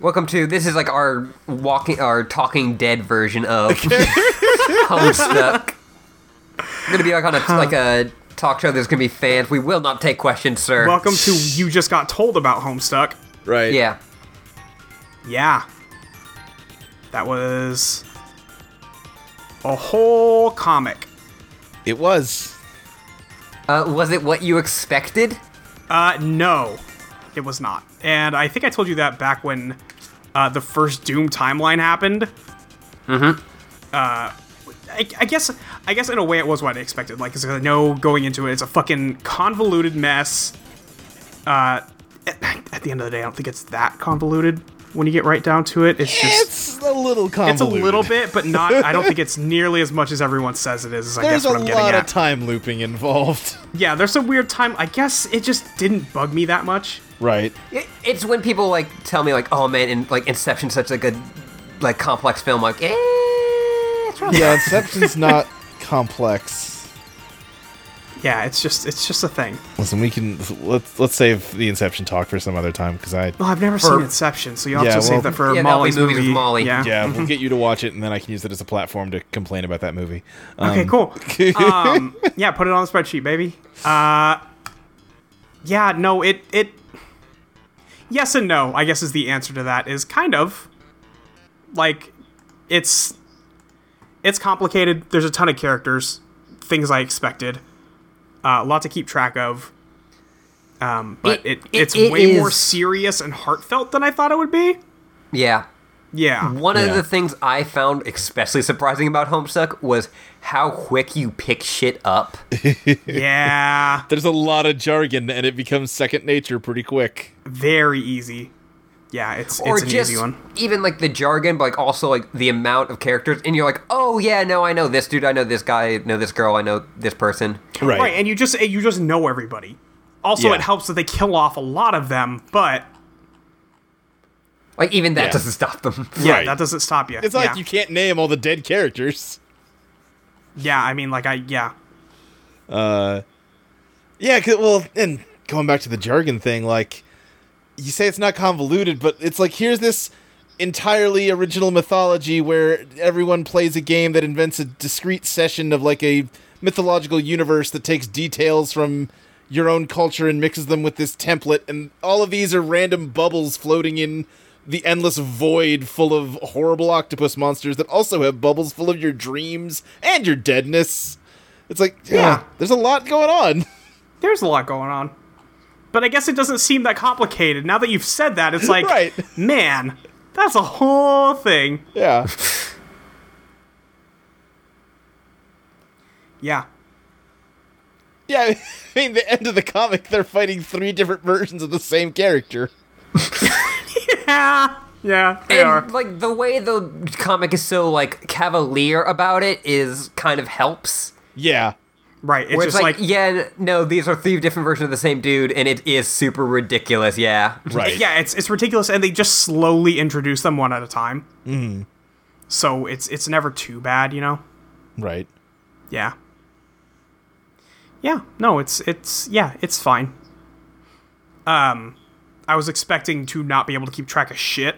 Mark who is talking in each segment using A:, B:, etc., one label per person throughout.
A: Welcome to this is like our walking our Talking Dead version of Homestuck. We're gonna be like on a like a talk show. There's gonna be fans. We will not take questions, sir.
B: Welcome to You Just Got Told About Homestuck.
C: Right.
A: Yeah,
B: Yeah. That was a whole comic.
C: It was.
A: uh, was it what you expected?
B: Uh, no, it was not. And I think I told you that back when uh, the first Doom timeline happened. Mm-hmm. Uh, I, I guess I guess in a way it was what I expected. Like, 'cause I know going into it, it's a fucking convoluted mess. Uh, at, at the end of the day, I don't think it's that convoluted when you get right down to it. It's just.
C: It's a little convoluted.
B: It's a little bit, but not. I don't think it's nearly as much as everyone says it is. is I
C: There's
B: guess what
C: a
B: I'm getting
C: lot
B: at.
C: of time looping involved.
B: yeah, there's some weird time. I guess it just didn't bug me that much.
C: Right.
A: It, it's when people like tell me like, oh man, in like Inception, such like a like complex film. Like, eh, it's really
C: Yeah, Inception's not complex.
B: Yeah, it's just it's just a thing.
C: Listen, we can let's let's save the Inception talk for some other time because I
B: Well, I've never
A: For-
B: seen Inception, so you'll
C: Yeah,
B: have to
C: well-
B: save that for
A: Yeah, that'll be
B: Molly's
A: movies
B: movie.
A: with Molly.
B: Yeah.
C: yeah we'll get you to watch it and then I can use it as a platform to complain about that movie. Um,
B: Okay, cool. um, yeah, put it on the spreadsheet, baby. Uh, yeah, no, it it. Yes and no, I guess is the answer to that. Is kind of like it's it's complicated. There's a ton of characters, things I expected, uh, a lot to keep track of. Um, but
A: It-
B: it,
A: it-
B: it's
A: it
B: way more
A: is-
B: serious and heartfelt than I thought it would be.
A: yeah.
B: Yeah.
A: One
C: Yeah.
A: of the things I found especially surprising about Homestuck was how quick you pick shit up.
B: Yeah.
C: There's a lot of jargon and it becomes second nature pretty quick.
B: Very easy. Yeah, it's
A: or
B: it's an
A: just
B: easy one.
A: even like the jargon, but like also like the amount of characters, and you're like, oh yeah, no, I know this dude, I know this guy, I know this girl, I know this person.
C: Right.
B: Right, and you just you just know everybody. Also,
C: Yeah.
B: it helps that they kill off a lot of them, but
A: Like even that
C: Yeah.
A: doesn't stop them.
B: yeah,
C: Right.
B: that doesn't stop you.
C: It's like
B: yeah.
C: you can't name all the dead characters.
B: Yeah, I mean, like I yeah,
C: Yeah, 'cause- well, and going back to the jargon thing, like you say it's not convoluted, but it's like here's this entirely original mythology where everyone plays a game that invents a discrete session of like a mythological universe that takes details from your own culture and mixes them with this template and all of these are random bubbles floating in the endless void full of horrible octopus monsters that also have bubbles full of your dreams and your deadness. It's like,
B: Yeah.
C: yeah, there's a lot going on.
B: there's a lot going on. But I guess it doesn't seem that complicated. Now that you've said that, it's like,
C: Right.
B: man, that's a whole thing.
C: Yeah.
B: Yeah.
C: Yeah, I mean, the end of the comic, they're fighting three different versions of the same character.
B: Yeah. Yeah, they are.
A: And like the way the comic is so like cavalier about it is kind of helps.
C: Yeah.
B: Right. It's
A: Where it's
B: just like,
A: like, yeah, no, these are three different versions of the same dude, and it is super ridiculous. Yeah,
C: Right.
B: yeah, it's it's ridiculous, and they just slowly introduce them one at a time. Mm.
C: Mm-hmm.
B: So it's it's never too bad, you know.
C: Right.
B: Yeah. Yeah. No, it's it's yeah, it's fine. Um, I was expecting to not be able to keep track of shit,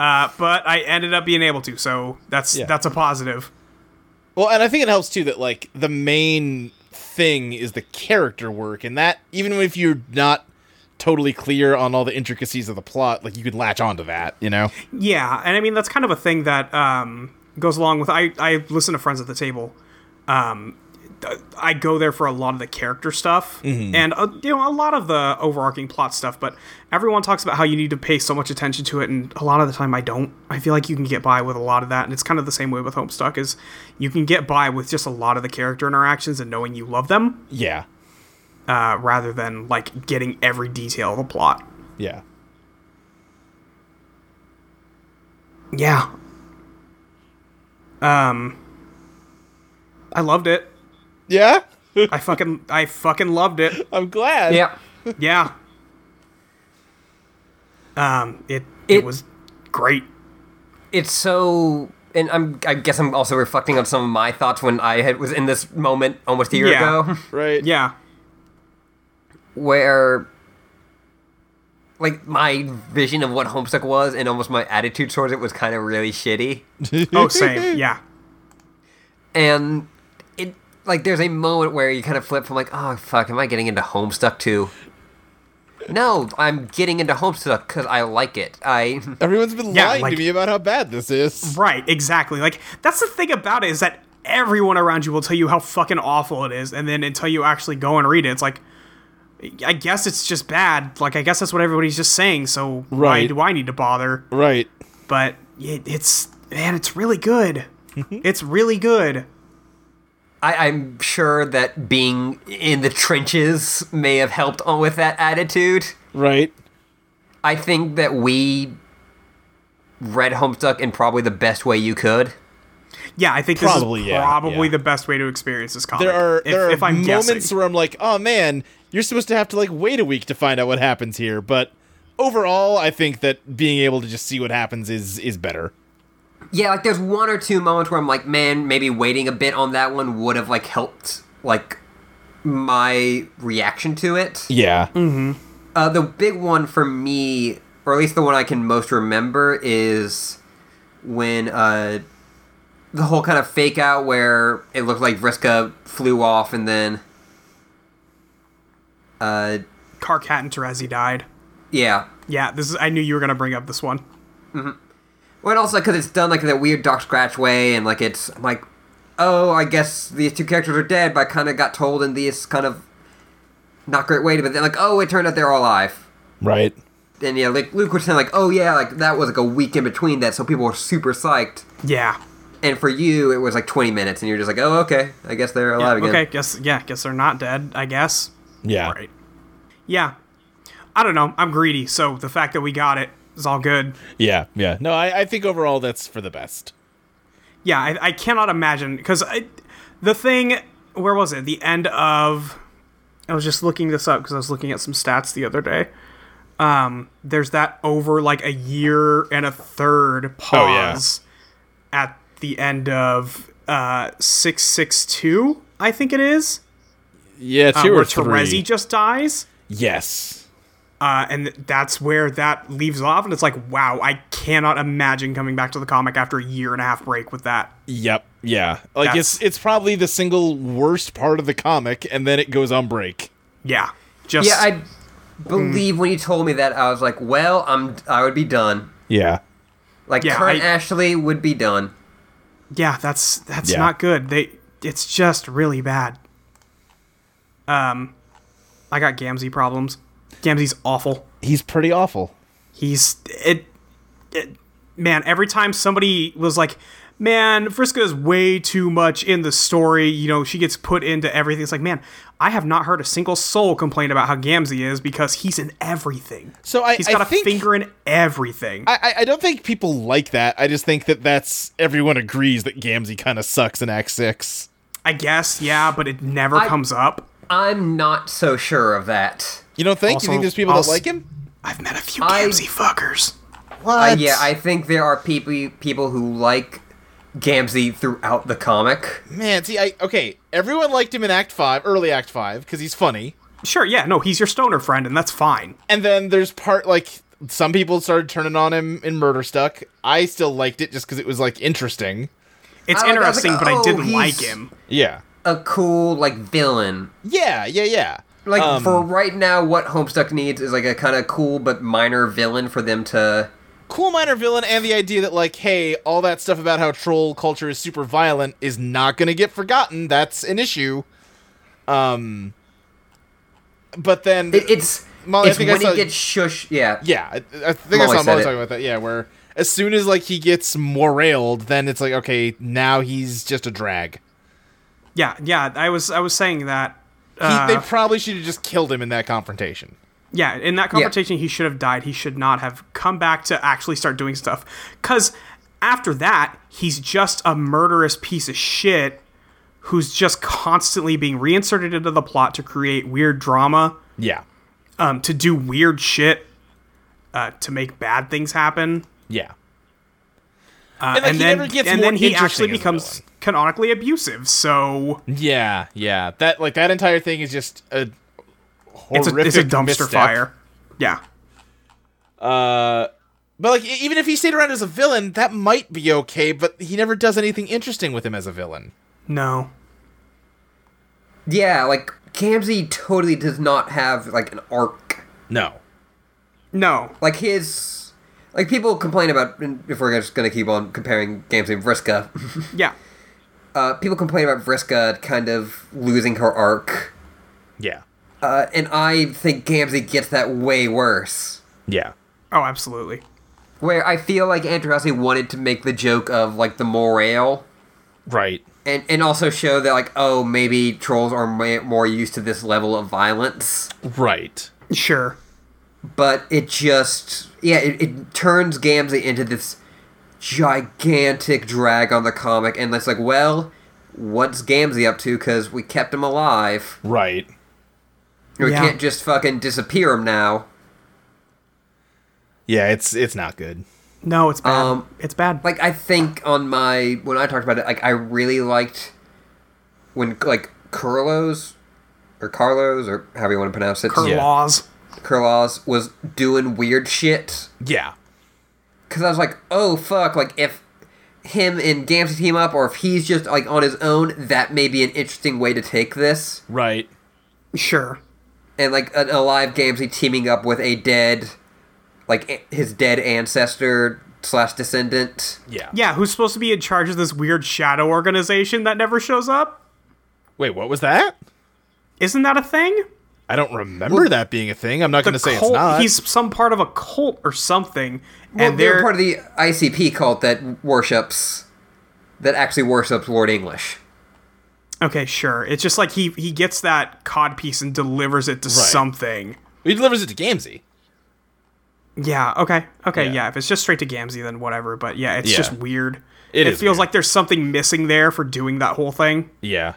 B: uh, but I ended up being able to. So that's
C: Yeah.
B: that's a positive.
C: Well, and I think it helps too that like the main thing is the character work, and that even if you're not totally clear on all the intricacies of the plot, like you can latch onto that, you know?
B: Yeah, and I mean that's kind of a thing that um, goes along with I I listen to Friends at the Table. Um, th- I go there for a lot of the character stuff and uh, you know a lot of the overarching plot stuff, but everyone talks about how you need to pay so much attention to it, and a lot of the time I don't. I feel like you can get by with a lot of that, and it's kind of the same way with Homestuck is you can get by with just a lot of the character interactions and knowing you love them,
C: Yeah.
B: uh, rather than like getting every detail of the plot.
C: Yeah.
B: Yeah. Um I loved it.
C: Yeah?
B: I fucking I fucking loved it.
C: I'm glad.
A: yeah.
B: Yeah. Um it it,
A: It-
B: was great.
A: it's so and I'm, I guess I'm also reflecting on some of my thoughts when I had, was in this moment almost a year
B: Yeah.
A: ago,
C: Right.
B: Yeah.
A: where like my vision of what Homestuck was and almost my attitude towards it was kind of really shitty.
B: Oh, same. Yeah.
A: And it like there's a moment where you kind of flip from like, oh fuck, am I getting into Homestuck too? No, I'm getting into Homestuck because I like it. I
C: Everyone's been
B: Yeah,
C: lying
B: like-
C: to me about how bad this is.
B: Right, exactly. Like that's the thing about it is that everyone around you will tell you how fucking awful it is, and then until you actually go and read it, it's like, I guess it's just bad. Like I guess that's what everybody's just saying. So why
C: Right.
B: do I need to bother?
C: Right.
B: But it, it's man, it's really good.
C: Mm-hmm.
B: it's really good.
A: I, I'm sure that being in the trenches may have helped on with that attitude.
C: Right.
A: I think that we read Homestuck in probably the best way you could.
B: Yeah, I think
C: Probably,
B: this is
C: yeah,
B: probably
C: yeah.
B: the best way to experience this comic.
C: There are
B: if,
C: there are
B: if I'm
C: moments
B: guessing.
C: where I'm like, oh man, you're supposed to have to like wait a week to find out what happens here, but overall I think that being able to just see what happens is is better.
A: Yeah, like there's one or two moments where I'm like, man, maybe waiting a bit on that one would have like helped like my reaction to it.
C: Yeah.
B: Mm-hmm.
A: Uh, the big one for me, or at least the one I can most remember, is when uh, the whole kind of fake out where it looked like Vriska flew off and then. Uh,
B: Karkat and Terezi died.
A: yeah.
B: Yeah, this is. I knew you were gonna bring up this one.
A: Well, and also because it's done like in that weird Doc Scratch way, and like it's I'm like, oh, I guess these two characters are dead, but I kind of got told in this kind of not great way, but then like, oh, it turned out they're all alive.
C: Right.
A: And yeah, like Luke was saying, like, oh yeah, like that was like a week in between that, so people were super psyched.
B: Yeah.
A: And for you, it was like 20 minutes, and you're just like, oh, okay, I guess they're alive again.
B: Okay. Guess. Yeah. Guess they're not dead. I guess.
C: Yeah.
B: Right. Yeah. I don't know. I'm greedy, so the fact that we got it is all good.
C: Yeah. Yeah. No, I, I think overall that's for the best.
B: Yeah, I, I cannot imagine because the thing. Where was it? The end of. I was just looking this up because I was looking at some stats the other day. Um, there's that over like a year and a third
C: Oh, yeah.
B: pause at the end of uh six six two. I think it is
C: Yeah,
B: uh,
C: two
B: where
C: or three.
B: Terezi just dies.
C: yes.
B: uh, and that's where that leaves off and it's like wow i cannot imagine coming back to the comic after a year and a half break with that
C: Yep. Yeah. Like
B: That's-
C: it's it's probably the single worst part of the comic, and then it goes on break.
B: yeah just
A: Yeah, I believe when you told me that, I was like, well, I'm I would be done.
C: Yeah.
A: Like
B: Yeah,
A: current
B: I-
A: Ashley would be done.
B: yeah that's that's
C: Yeah.
B: not good they it's just really bad um i got gamzee problems gamzee's awful
C: He's pretty awful.
B: he's it, it man every time somebody was like man friska is way too much in the story you know she gets put into everything it's like man i have not heard a single soul complain about how gamzee is because he's in everything
C: So I-
B: he's
C: I
B: got a
C: think-
B: finger in everything
C: I- I, I don't think people like that. I just think that that's everyone agrees that Gamzee kind of sucks in Act Six.
B: i guess yeah but it never
A: I-
B: comes up
A: I'm not so sure of that.
C: You don't think?
B: Also,
C: you think there's people
B: also-
C: that like him?
B: i've met a few
A: I-
B: gamzee fuckers
C: What?
A: Uh, yeah, I think there are people people who like Gamzee throughout the comic.
C: man. See, I okay. Everyone liked him in Act Five, early Act Five, because he's funny.
B: sure yeah no he's your stoner friend and that's fine
C: And then there's part like some people started turning on him in Murder Stuck. I still liked it just because it was like interesting.
B: it's
A: I like- I was like,
B: interesting but
A: oh,
B: i didn't
A: he's-
B: like him
C: Yeah.
A: A cool like villain.
C: Yeah. Yeah. Yeah.
A: Like
C: Um,
A: for right now, what Homestuck needs is like a kind of cool but minor villain for them to.
C: cool minor villain and the idea that like hey all that stuff about how troll culture is super violent is not going to get forgotten that's an issue um but then
A: It, it's
C: Molly, I
A: it's
C: think I
A: when
C: saw-
A: he gets shush. Yeah,
C: yeah i, I
A: Molly
C: think i saw
A: said
C: molly
A: it.
C: talking about that yeah where as soon as like he gets more railed then it's like okay now he's just a drag
B: yeah yeah i was i was saying that
C: he,
B: uh,
C: they probably should have just killed him in that confrontation
B: Yeah, in that confrontation, he should have died. He should not have come back to actually start doing stuff. Because after that, he's just a murderous piece of shit who's just constantly being reinserted into the plot to create weird drama,
C: yeah
B: um, to do weird shit, uh, to make bad things happen.
C: yeah
B: Uh,
C: And, like, he never gets
B: and
C: more
B: then he
C: interesting
B: actually
C: as a
B: becomes canonically abusive. So
C: yeah yeah that like that entire thing is just a
B: it's a,
C: horrific
B: it's a dumpster
C: misstep.
B: fire. Yeah.
C: Uh,
D: But like, e- even if he stayed around as a villain, that might be okay. But he never does anything interesting with him as a villain.
B: No.
A: Yeah, like Kamsey totally does not have like an arc.
C: no.
B: No.
A: Like his, like people complain about. and If we're just gonna keep on comparing Kamsey and Vriska,
B: Yeah.
A: uh, people complain about Vriska kind of losing her arc,
C: Yeah.
A: uh, and I think Kamsey gets that way worse.
C: Yeah.
B: Oh, absolutely.
A: Where I feel like Andrew Hussey wanted to make the joke of like the morale
C: Right.
A: and and also show that like oh maybe trolls are ma- more used to this level of violence
C: Right.
B: Sure.
A: but it just yeah it, it turns gamzee into this gigantic drag on the comic and it's like well what's gamzee up to because we kept him alive
C: Right.
A: we
B: Yeah.
A: can't just fucking disappear him now
C: Yeah, it's it's not good.
B: No, it's bad.
A: Um,
B: it's bad.
A: like i think on my when i talked about it like i really liked when like curlos or carlos or however you want to pronounce it
B: Her
C: yeah.
B: laws.
A: Kurlaws was doing weird shit.
C: Yeah.
A: Because I was like, oh fuck, like if him and Gamsey team up, or if he's just like on his own, that may be an interesting way to take this.
C: Right.
B: Sure.
A: And like an alive Gamsey teaming up with a dead, like a- his dead ancestor slash descendant.
C: Yeah.
B: Yeah, who's supposed to be in charge of this weird shadow organization that never shows up?
C: Wait, what was that?
B: Isn't that a thing?
C: I don't remember that being a thing. I'm not going to say
B: cult,
C: it's not.
B: He's some part of a cult or something,
A: Well,
B: and
A: they're,
B: they're
A: part of the ICP cult that worships, that actually worships Lord English.
B: okay. Sure, it's just like he he gets that codpiece and delivers it to something.
C: he delivers it to Gamzee.
B: Yeah. Okay. Okay.
C: Yeah.
B: Yeah. If it's just straight to Gamzee, then whatever. But yeah, it's
C: Yeah.
B: just weird.
C: It
B: It,
C: is
B: feels
C: weird.
B: like there's something missing there for doing that whole thing.
C: Yeah.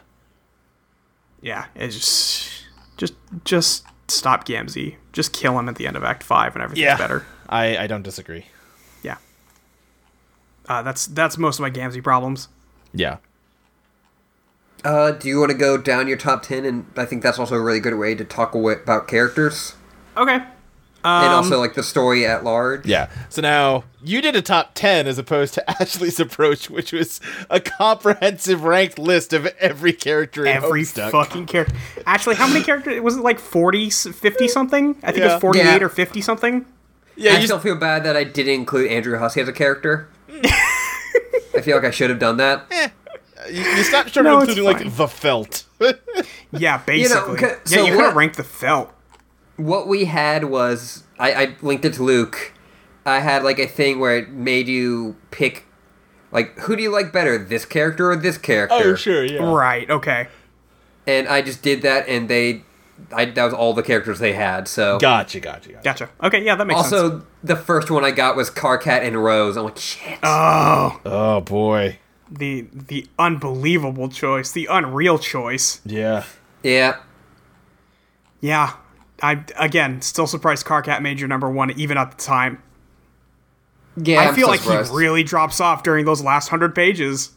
B: Yeah. It's just just just stop Gamzee. Just kill him at the end of Act Five, and everything's
C: Yeah.
B: better.
C: I I don't disagree.
B: Yeah. Uh, that's that's most of my Gamzee problems.
C: Yeah.
A: Uh, do you want to go down your top ten? And I think that's also a really good way to talk awa- about characters.
B: Okay.
A: and also like the story at large.
C: Yeah. So now you did a top 10 as opposed to Ashley's approach, which was a comprehensive ranked list of every character in
B: Every
C: Homestuck.
B: fucking character. Actually, how many characters? Was it like 40, s- 50 something? I think it
C: Yeah.
B: was 48
A: Yeah.
B: or 50 something.
C: Yeah,
A: I
C: you
A: still feel bad that I didn't include Andrew Hussey as a character. I feel like I should have done that.
C: You, you stopped short
B: No,
C: of
B: it's
C: including like
B: fine.
C: the felt.
B: Yeah, basically.
A: okay, so
B: yeah, you could
A: what-
B: have ranked the felt.
A: What we had was I, I linked it to Luke. I had like a thing where it made you pick, like, who do you like better, this character or this character?
C: yeah.
B: Right, okay.
A: And I just did that, and they, I that was all the characters they had. So
C: Gotcha, gotcha, gotcha.
B: Gotcha. Okay, yeah, that makes sense.
A: also the first one I got was Carcat and Rose. I'm like, shit.
B: Uh,
C: Oh boy.
B: The the unbelievable choice, the unreal choice.
C: Yeah.
A: yeah.
B: Yeah. I again still surprised Carcat made your number one even at the time.
A: Yeah,
B: I feel like
A: surprised.
B: he really drops off during those last hundred pages.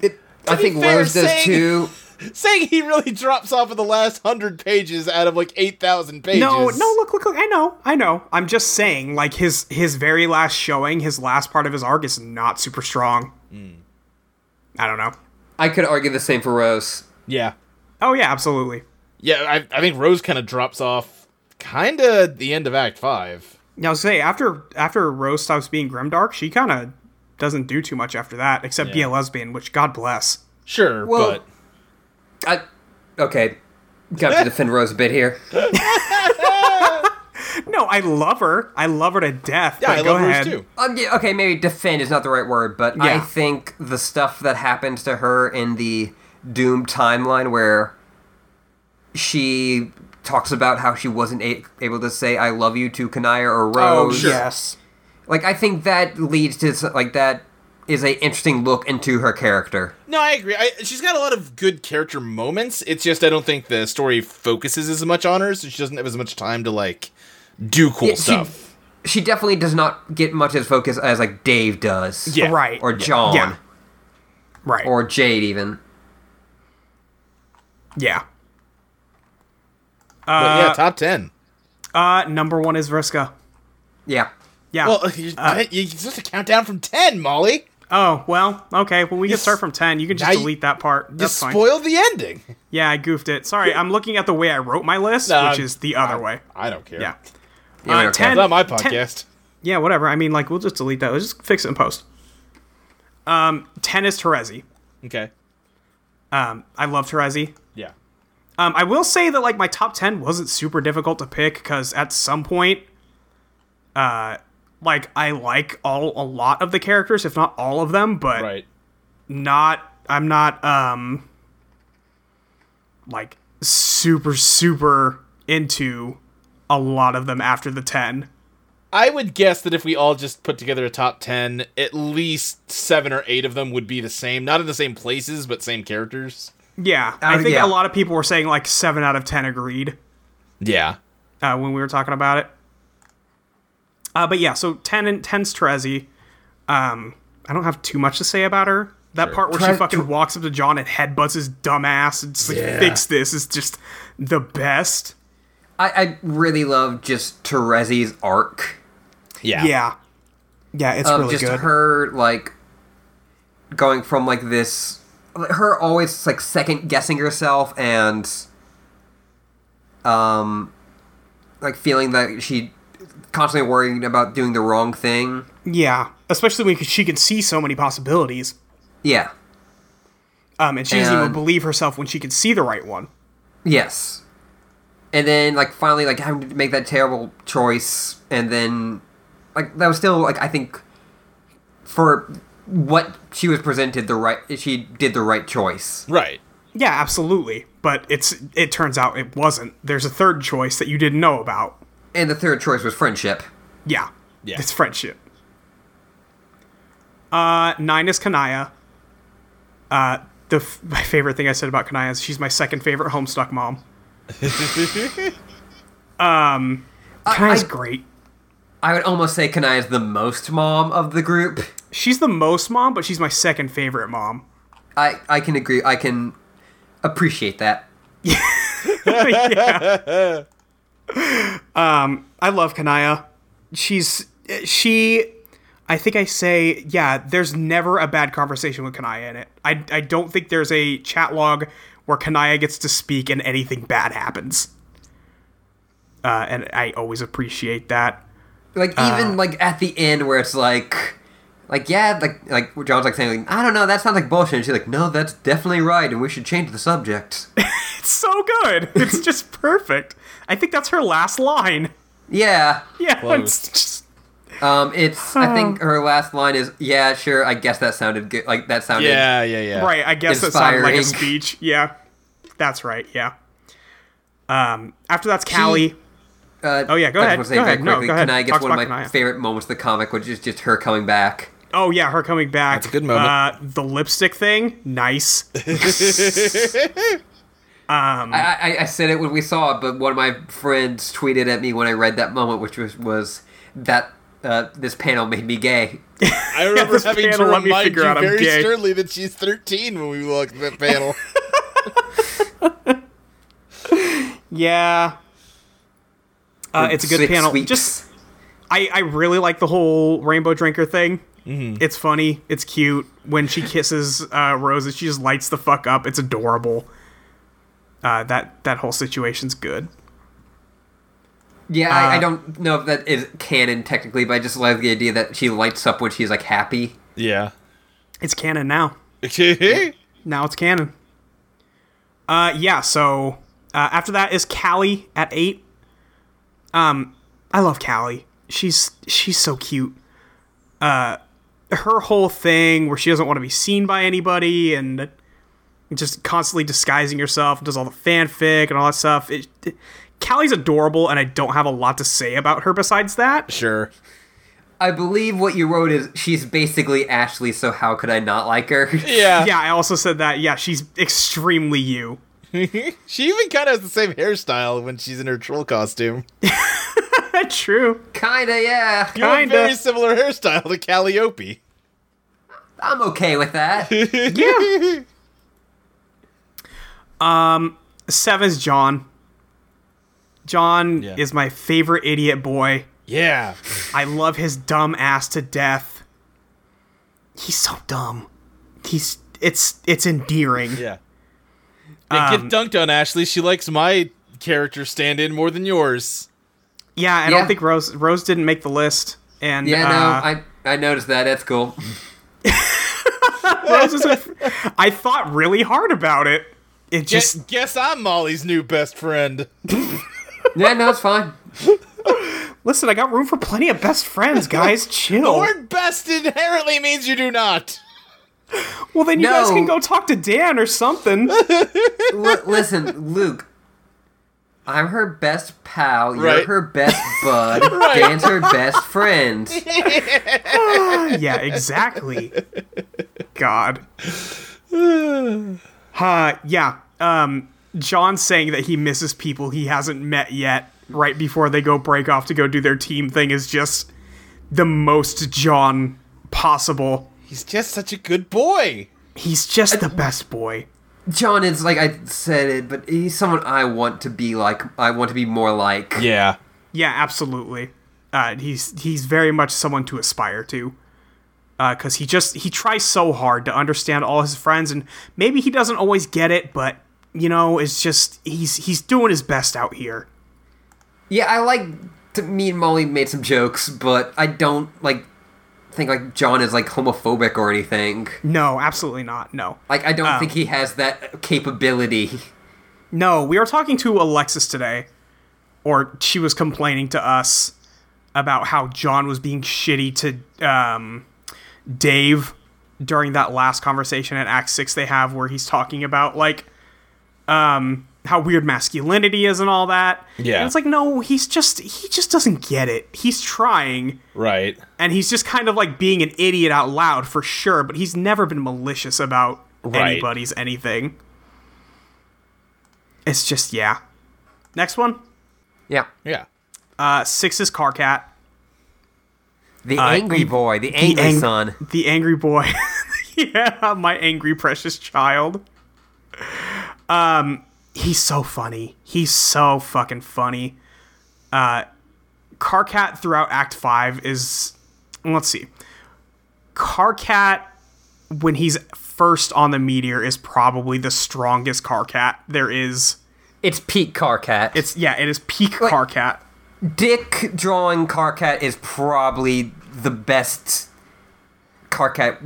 A: It, I
C: be
A: think
C: fair,
A: Rose does
C: saying-
A: too.
C: Saying he really drops off in the last hundred pages out of like eight thousand pages.
B: No, no, look, look, look. I know, I know. I'm just saying, like his his very last showing, his last part of his arc is not super strong.
C: Hmm.
B: I don't know.
A: I could argue the same for Rose.
C: Yeah.
B: Oh yeah, absolutely.
C: Yeah, I, I think Rose kind of drops off kinda at the end of Act Five.
B: Now, say after after Rose stops being grimdark, she kind of doesn't do too much after that, except be
C: Yeah.
B: a lesbian, which God bless.
C: Sure,
A: Well-
C: but
A: I okay. Got to defend Rose a bit here.
B: No, I love her. I love her to death.
C: yeah,
B: but
C: I
B: go
C: love
B: ahead.
C: Rose too.
A: Um, yeah, okay, maybe defend is not the right word, but I
B: Yeah.
A: think the stuff that happens to her in the Doom timeline where she talks about how she wasn't a- able to say "I love you" to Kanaya or
B: Oh
A: Rose.
B: yes,
A: Like I think that leads to s- like that is a interesting look into her character.
C: No, I agree. I, she's got a lot of good character moments. It's just I don't think the story focuses as much on her, so she doesn't have as much time to like do cool
A: Yeah, she-
C: stuff.
A: She definitely does not get much as focus as like Dave does,
C: Yeah.
B: right,
A: or John,
B: Yeah. right,
A: or Jade even.
B: yeah.
C: but yeah, top ten.
B: Uh, number one is Vriska.
A: Yeah.
B: Yeah.
C: Well, uh, you're,
B: uh,
C: you're supposed to count down from ten, Molly.
B: oh well. Okay. Well, we can start from ten. You can just
C: now you-
B: delete that part.
C: You
B: That's fine.
C: spoiled the ending.
B: Yeah, I goofed it. Sorry, I'm looking at the way I wrote my list,
C: No,
B: which is the other way.
C: I don't care.
B: Yeah.
A: Yeah,
B: Uh,
A: okay.
B: 10
C: It's not my
B: Ten-
C: podcast.
B: Yeah, whatever. I mean, like, we'll just delete that. Let's just fix it in post. Um, 10 is Terezi.
C: Okay.
B: Um, I love Terezi.
C: Yeah.
B: Um, I will say that, like, my top 10 wasn't super difficult to pick because at some point, uh, like, I like all a lot of the characters, if not all of them, but
C: Right.
B: not, I'm not, um, like, super, super into a lot of them after the 10.
C: I would guess that if we all just put together a top 10, at least seven or eight of them would be the same. Not in the same places, but same characters.
B: Yeah, I think
A: yeah.
B: a lot of people were saying like seven out of ten agreed
C: Yeah.
B: uh, when we were talking about it. Uh, but yeah, so ten and ten's Terezi. Um, I don't have too much to say about her. That part where she
A: Tre-
B: fucking walks up to John and headbutts his dumb ass and just like,
C: Yeah.
B: fix this is just the best.
A: I, I really love just Terezi's arc
C: Yeah.
B: Yeah, yeah, it's
A: of
B: really
A: just
B: good.
A: her like going from like this her always like second guessing herself and um like feeling that she constantly worrying about doing the wrong thing.
B: yeah, especially when she can see so many possibilities,
A: Yeah.
B: um, and she doesn't even
A: And-
B: believe herself when she can see the right one.
A: Yes. And then like finally like having to make that terrible choice and then like that was still like I think for what she was presented the right she did the right choice.
C: Right.
B: Yeah, absolutely. But it's it turns out it wasn't. There's a third choice that you didn't know about.
A: And the third choice was friendship.
B: Yeah.
C: Yeah.
B: It's friendship. Uh, nine is Kanaya. Uh, the f- my favorite thing I said about Kanaya is she's my second favorite Homestuck mom. um, Kanaya's
A: I-
B: great.
A: I would almost say Kanai is the most mom of the group.
B: She's the most mom, but she's my second favorite mom.
A: I I can agree. I can appreciate that.
B: Um, I love Kanaya. She's she. I think I say yeah. There's never a bad conversation with Kanaya in it. I I don't think there's a chat log where Kanaya gets to speak and anything bad happens. Uh, and I always appreciate that.
A: Like
B: Uh-huh.
A: even like at the end where it's like like yeah, like like John's like saying like, I don't know, that sounds like bullshit. And she's like, no, that's definitely right, and we should change the subject.
B: It's so good. It's just perfect. I think that's her last line.
A: yeah.
B: Yeah. It's
C: Closed.
B: just,
A: Um, it's I think her last line is yeah, sure. I guess that sounded good. Like that sounded
C: Yeah, yeah, yeah.
B: Right, I guess that sounded like a
A: Inspiring.
B: speech. Yeah. That's right, yeah. Um, after that's Callie.
A: Uh,
B: Oh, yeah, go
A: I
B: ahead,
A: Just want to say
B: go
A: very
B: ahead, no,
A: quickly,
B: go ahead.
A: Kanai gets
B: Talk
A: one of
B: about
A: my
B: Kanai.
A: favorite moments of the comic, which is just her coming back.
B: Oh yeah, her coming back. That's
C: a good moment.
B: Uh, the lipstick thing, nice.
A: I, I, I said it when we saw it, but one of my friends tweeted at me when I read that moment, which was, was that uh, this panel made me gay.
C: I remember
B: this
C: having to
B: panel let me
C: remind
B: figure
C: you
B: out I'm
C: very
B: gay.
C: sternly that she's 13 when we looked at that panel.
B: yeah. Uh, it's a good
A: Six
B: panel.
A: weeks.
B: Just I, I really like the whole rainbow drinker thing.
C: Mm-hmm.
B: It's funny. It's cute. When she kisses uh, Rose, and she just lights the fuck up. It's adorable. Uh, that that whole situation's good.
A: yeah,
B: uh,
A: I, I don't know if that is canon technically, but I just love the idea that she lights up when she's like happy.
C: yeah.
B: It's canon now.
C: Okay.
B: Now it's canon. Uh, yeah. So uh, after that is Callie at eight. Um, I love Callie. She's she's so cute. Uh, her whole thing where she doesn't want to be seen by anybody and just constantly disguising herself, does all the fanfic and all that stuff. It, it, Callie's adorable, and I don't have a lot to say about her besides that.
C: Sure.
A: I believe what you wrote is she's basically Ashley, so how could I not like her?
C: Yeah.
B: Yeah, I also said that. Yeah, she's extremely you.
C: She even kind of has the same hairstyle when she's in her troll costume.
B: True.
A: Kinda, yeah.
C: You have a
B: Kinda.
C: very similar hairstyle to Calliope.
A: I'm okay with that.
B: Yeah. Seven's John. John
C: Yeah.
B: is my favorite idiot boy.
D: Yeah.
B: I love his dumb ass to death. He's so dumb. He's it's it's endearing.
D: Yeah.
C: Yeah, get dunked on, Ashley. She likes my character stand-in more than yours.
B: Yeah, I
A: Yeah.
B: don't think Rose Rose didn't make the list, and
A: Yeah,
B: uh,
A: no, I I noticed that. That's cool.
B: Rose is a- I thought really hard about it. It just
C: Guess, guess I'm Molly's new best friend.
A: yeah, no, it's fine.
B: listen. I got room for plenty of best friends, guys.
C: The
B: Chill.
C: word best inherently means you do not.
B: Well, then you guys
A: No.
B: can go talk to Dan or something.
A: L- listen, Luke. I'm her best pal. You're
C: Right.
A: her best bud. Dan's her best friend.
B: yeah, exactly. God. Uh, yeah. Um, John saying that he misses people he hasn't met yet right before they go break off to go do their team thing is just the most John possible.
C: He's just such a good boy.
B: He's just the best boy.
A: John is like I said it, but he's someone I want to be like. I want to be more like.
C: Yeah.
B: Yeah, absolutely. Uh, he's he's very much someone to aspire to, because he just he tries so hard to understand all his friends, and maybe he doesn't always get it, but you know, it's just he's he's doing his best out here.
A: Yeah, I like. To, me and Molly made some jokes, but I don't like think like John is like homophobic or anything.
B: No, absolutely not. No,
A: Like I don't think he has that capability.
B: no. We were talking to Alexis today, or she was complaining to us about how John was being shitty to um, Dave during that last conversation at Act Six they have, where he's talking about like um, how weird masculinity is and all that.
C: Yeah.
B: and it's like no, he's just he just doesn't get it. He's trying,
C: Right.
B: and he's just kind of like being an idiot out loud for sure, but he's never been malicious about
C: Right.
B: anybody's anything. It's just yeah. Next one,
A: Yeah.
C: Yeah.
B: uh, six is Carcat,
A: The angry boy, the angry
B: ang-
A: son.
B: the angry boy. yeah, my angry precious child. Um, he's so funny. He's so fucking funny. Uh, Carcat throughout Act Five is, let's see, Carcat when he's first on the meteor is probably the strongest Carcat there is.
A: It's peak Carcat. It's
B: It's yeah, it is peak Carcat.
A: Dick drawing Carcat is probably the best Carcat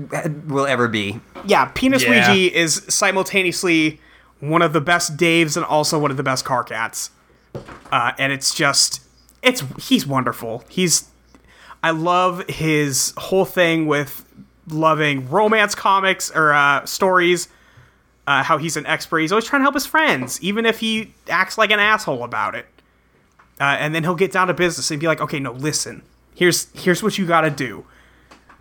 A: will ever be.
B: Yeah, Penis
C: Yeah.
B: Ouija is simultaneously one of the best Daves and also one of the best car cats. Uh, and it's just, it's he's wonderful. He's, I love his whole thing with loving romance comics or uh, stories. Uh, how he's an expert. He's always trying to help his friends, even if he acts like an asshole about it. Uh, and then he'll get down to business and be like, "Okay, no, listen. Here's here's what you got to do."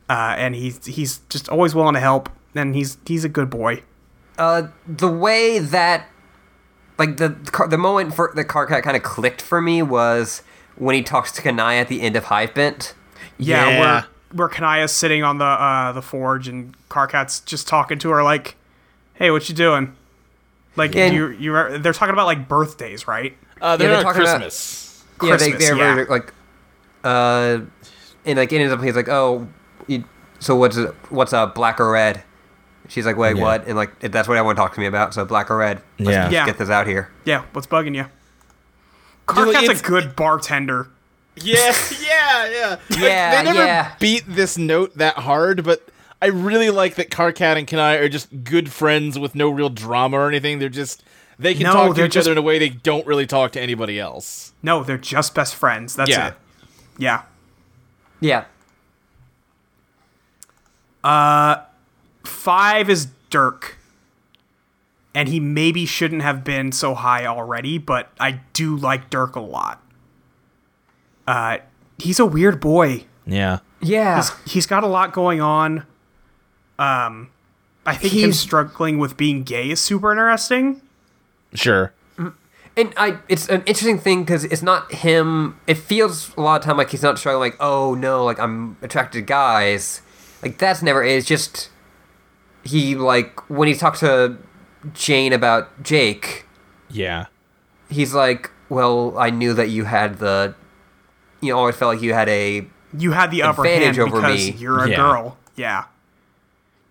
B: uh, and he's he's just always willing to help, and he's he's a good boy.
A: Uh, the way that, like the car- the moment for the Carcat kind of clicked for me was when he talks to Kanaya at the end of Hypebent.
B: Yeah,
C: Yeah.
B: where where Kanaya's sitting on the uh, the forge, and Carcat's just talking to her like, "Hey, what you doing?" Like
A: Yeah.
B: you you are, they're talking about like birthdays, right?
C: Uh, they're,
A: they're
C: not
A: talking about-
C: Christmas.
A: yeah, they,
B: Christmas,
A: they're
B: yeah.
A: very, like, uh, and like it ends up he's like, oh, you, so what's a, what's a black or red? She's like, wait, what? And like that's what everyone talked to me about. So black or red? Let's
C: Yeah.
A: just
B: Yeah.
A: get this out here.
B: Yeah, what's bugging you? Carcat's
C: it's-
B: a good bartender.
C: Yeah, yeah, yeah. Like,
A: Yeah,
C: they never
A: yeah.
C: beat this note that hard, but I really like that Carcat and Kanai are just good friends with no real drama or anything. They're just they can
B: No,
C: talk to
B: they're
C: each
B: just-
C: other in a way they don't really talk to anybody else.
B: No, they're just best friends. That's
C: Yeah.
B: it. Yeah.
A: Yeah.
B: Five is Dirk. And he maybe shouldn't have been so high already, but I do like Dirk a lot. Uh, he's a weird boy.
C: Yeah.
A: Yeah.
B: He's got a lot going on. Um, I think him
A: He's-
B: struggling with being gay is super interesting.
C: Sure.
A: And I, it's an interesting thing because it's not him. It feels a lot of time like he's not struggling. Like, oh no, like I'm attracted to guys. Like that's never it. It's just he like when he talks to Jane about Jake,
C: Yeah.
A: he's like, well, I knew that you had the, you know, always felt like you had a
B: you had the upper
A: Advantage
B: hand
A: over
B: because
A: me.
B: you're a
E: Yeah.
B: girl. Yeah.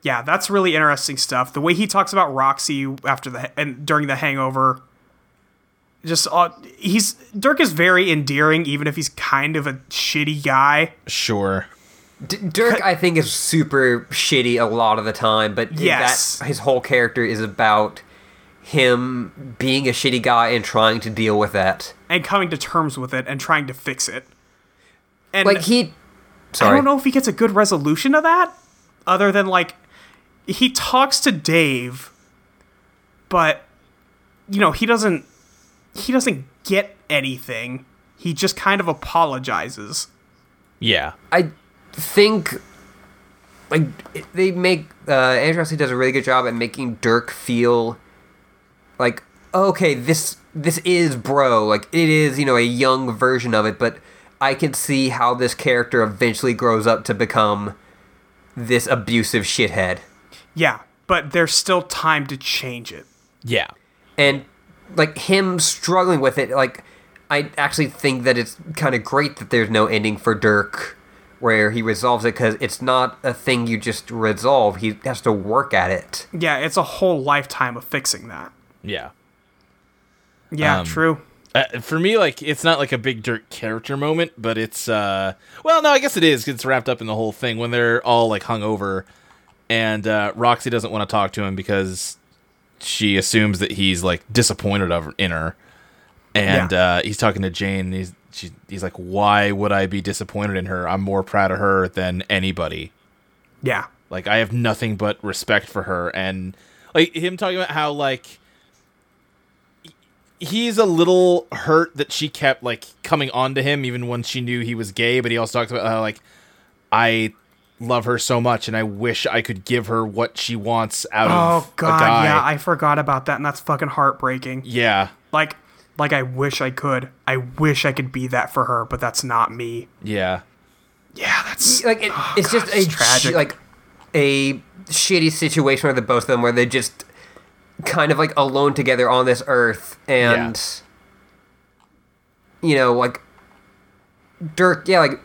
B: Yeah, that's really interesting stuff. The way he talks about Roxy after the and during the hangover just uh, he's Dirk is very endearing even if he's kind of a shitty guy.
C: Sure.
A: D- Dirk, I think, is super shitty a lot of the time, but
B: Yes.
A: that his whole character is about him being a shitty guy and trying to deal with that.
B: and coming to terms with it and trying to fix it. And
A: Like he,
B: I
A: sorry,
B: don't know if he gets a good resolution of that, other than like he talks to Dave, but you know he doesn't he doesn't get anything. He just kind of apologizes.
E: Yeah.
A: I think like they make uh, Andrew Rossi does a really good job at making Dirk feel like oh, okay, this this is bro, like it is you know a young version of it, but I can see how this character eventually grows up to become this abusive shithead,
B: Yeah, but there's still time to change it.
E: Yeah.
A: and like him struggling with it, like. I actually think that it's kind of great that there's no ending for Dirk where he resolves it because it's not a thing you just resolve. He has to work at it.
B: Yeah, it's a whole lifetime of fixing that.
E: Yeah.
B: Yeah,
C: Um,
B: true.
C: Uh, for me, like it's not like a big Dirk character moment, but it's uh, well, no, I guess it is. 'cause it's wrapped up in the whole thing when they're all like hungover, and uh, Roxy doesn't want to talk to him because she assumes that he's like disappointed of in her, and uh, he's talking to Jane. And he's she, he's like, "Why would I be disappointed in her? I'm more proud of her than anybody."
B: Yeah.
C: Like I have nothing but respect for her and like him talking about how like he- he's a little hurt that she kept like coming on to him even when she knew he was gay, but he also talks about how like I love her so much and I wish I could give her what she wants out
B: Oh
C: of a
B: god,
C: guy.
B: yeah, I forgot about that and that's fucking heartbreaking.
C: yeah.
B: like like I wish I could. I wish I could be that for her, but that's not me.
C: Yeah.
B: Yeah, that's
A: Like it, it's
B: Oh, God,
A: just
B: it's
A: a
B: tragic.
A: sh- like a shitty situation where the both of them where they're just kind of like alone together on this earth and you know like Dirk yeah like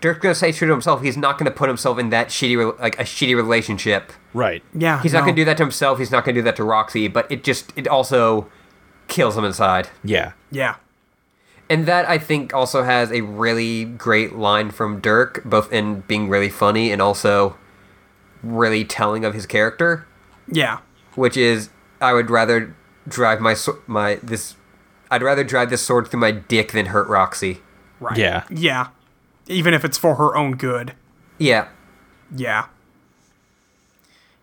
A: Dirk's gonna say true to himself he's not gonna put himself in that shitty re- like a shitty relationship
C: Right.
B: yeah.
A: he's
B: no.
A: not gonna do that to himself he's not gonna do that to Roxy but it just it also kills him inside
C: Yeah.
B: Yeah,
A: And that I think also has a really great line from Dirk, both in being really funny and also really telling of his character,
B: yeah,
A: which is I would rather drive my sw- my this I'd rather drive this sword through my dick than hurt Roxy.
B: right.
C: Yeah.
B: yeah. Even if it's for her own good.
A: Yeah.
B: Yeah.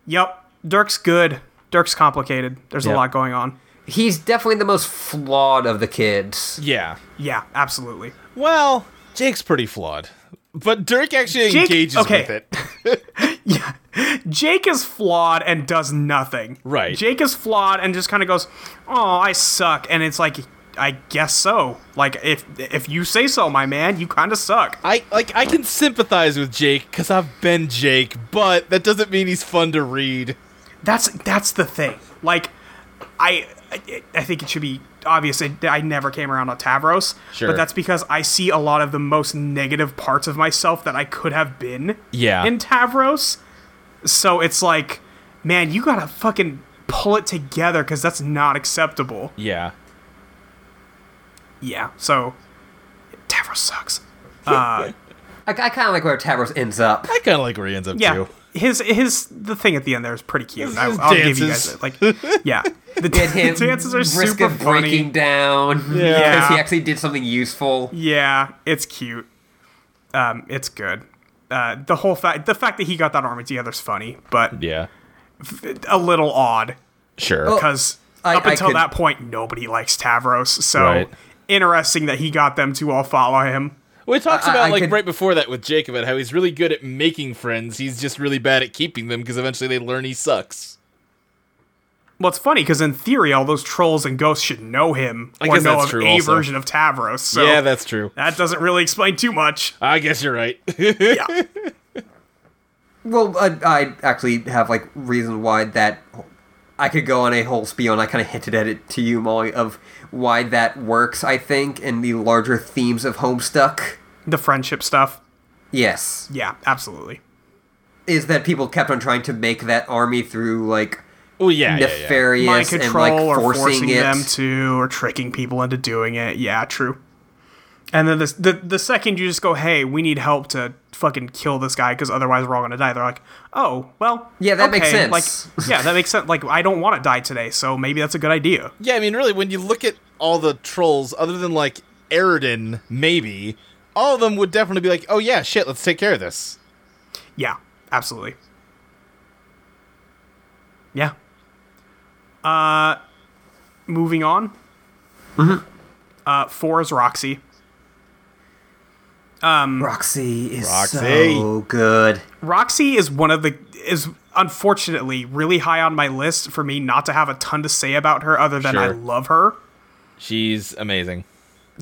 B: Yep. Dirk's good. Dirk's complicated. There's
C: Yeah.
B: a lot going on.
A: He's definitely the most flawed of the kids.
C: Yeah.
B: Yeah, absolutely.
C: Well, Jake's pretty flawed. But Dirk actually
B: Jake-
C: engages
B: okay.
C: with it.
B: Yeah. Jake is flawed and does nothing.
C: Right.
B: Jake is flawed and just kind of goes, "Oh, I suck." And it's like, "I guess so." Like if if you say so, my man, you kind of suck.
C: I like I can sympathize with Jake because I've been Jake, but that doesn't mean he's fun to read.
B: that's that's the thing. Like, I I, I think it should be obvious. I, I never came around on Tavros,
C: Sure.
B: but that's because I see a lot of the most negative parts of myself that I could have been.
C: Yeah.
B: In Tavros, so it's like, man, you gotta fucking pull it together because that's not acceptable.
C: Yeah.
B: Yeah. So, Tavros sucks.
A: I, I kind of like where Tavros ends up.
C: I kind of like where he ends up
B: Yeah.
C: too.
B: His his the thing at the end there is pretty cute. I,
C: his
B: I'll give you guys
C: dances.
B: it. Like, yeah, the
A: And him
B: dances are
A: risk
B: super
A: of
B: funny.
A: breaking down
C: Yeah.
A: because he actually did something useful.
B: Yeah, it's cute. Um, it's good. Uh, the whole fact, the fact that he got that army together is funny, but
C: Yeah. Oh,
B: a little odd
C: Sure.
B: because
A: I-
B: up
A: I
B: until
A: could-
B: that point, nobody likes Tavros. So
C: Right.
B: interesting that he got them to all follow him.
C: well, he talks
A: I-
C: about
A: I
C: like
A: could-
C: right before that with Jake about how he's really good at making friends. He's just really bad at keeping them because eventually they learn he sucks.
B: Well, it's funny because in theory, all those trolls and ghosts should know him
C: I
B: or
C: guess
B: know
C: that's
B: of
C: true
B: a
C: also.
B: version of Tavros. So
C: yeah, that's true.
B: that doesn't really explain too much.
C: I guess you're right.
B: yeah,
A: Well, I, I actually have like reason why that I could go on a whole spiel, and I kind of hinted at it to you, Molly, of why that works. I think, and the larger themes of Homestuck.
B: the friendship stuff.
A: Yes.
B: Yeah, absolutely.
A: Is that people kept on trying to make that army through like
C: Oh yeah, yeah, yeah.
A: nefarious
B: Mind
A: and
B: control
A: like
B: or
A: forcing,
B: forcing
A: it.
B: them to, or tricking people into doing it. Yeah, true. And then this, the the second you just go, hey, we need help to fucking kill this guy because otherwise we're all gonna die. They're like, oh, well,
A: Yeah, that makes
B: okay,
A: sense.
B: Like, yeah, that makes sense. Like, I don't want to die today, so maybe that's a good idea.
C: Yeah, I mean, really, when you look at all the trolls, other than like Eridan, maybe all of them would definitely be like, "Oh yeah, shit, let's take care of this."
B: Yeah, absolutely. Yeah. Uh, moving on.
A: Mm-hmm.
B: Uh, four is Roxy.
A: Roxy is
C: Roxy.
A: so good.
B: Roxy is one of the is unfortunately really high on my list for me not to have a ton to say about her other than I
C: Sure.
B: love her.
C: She's amazing.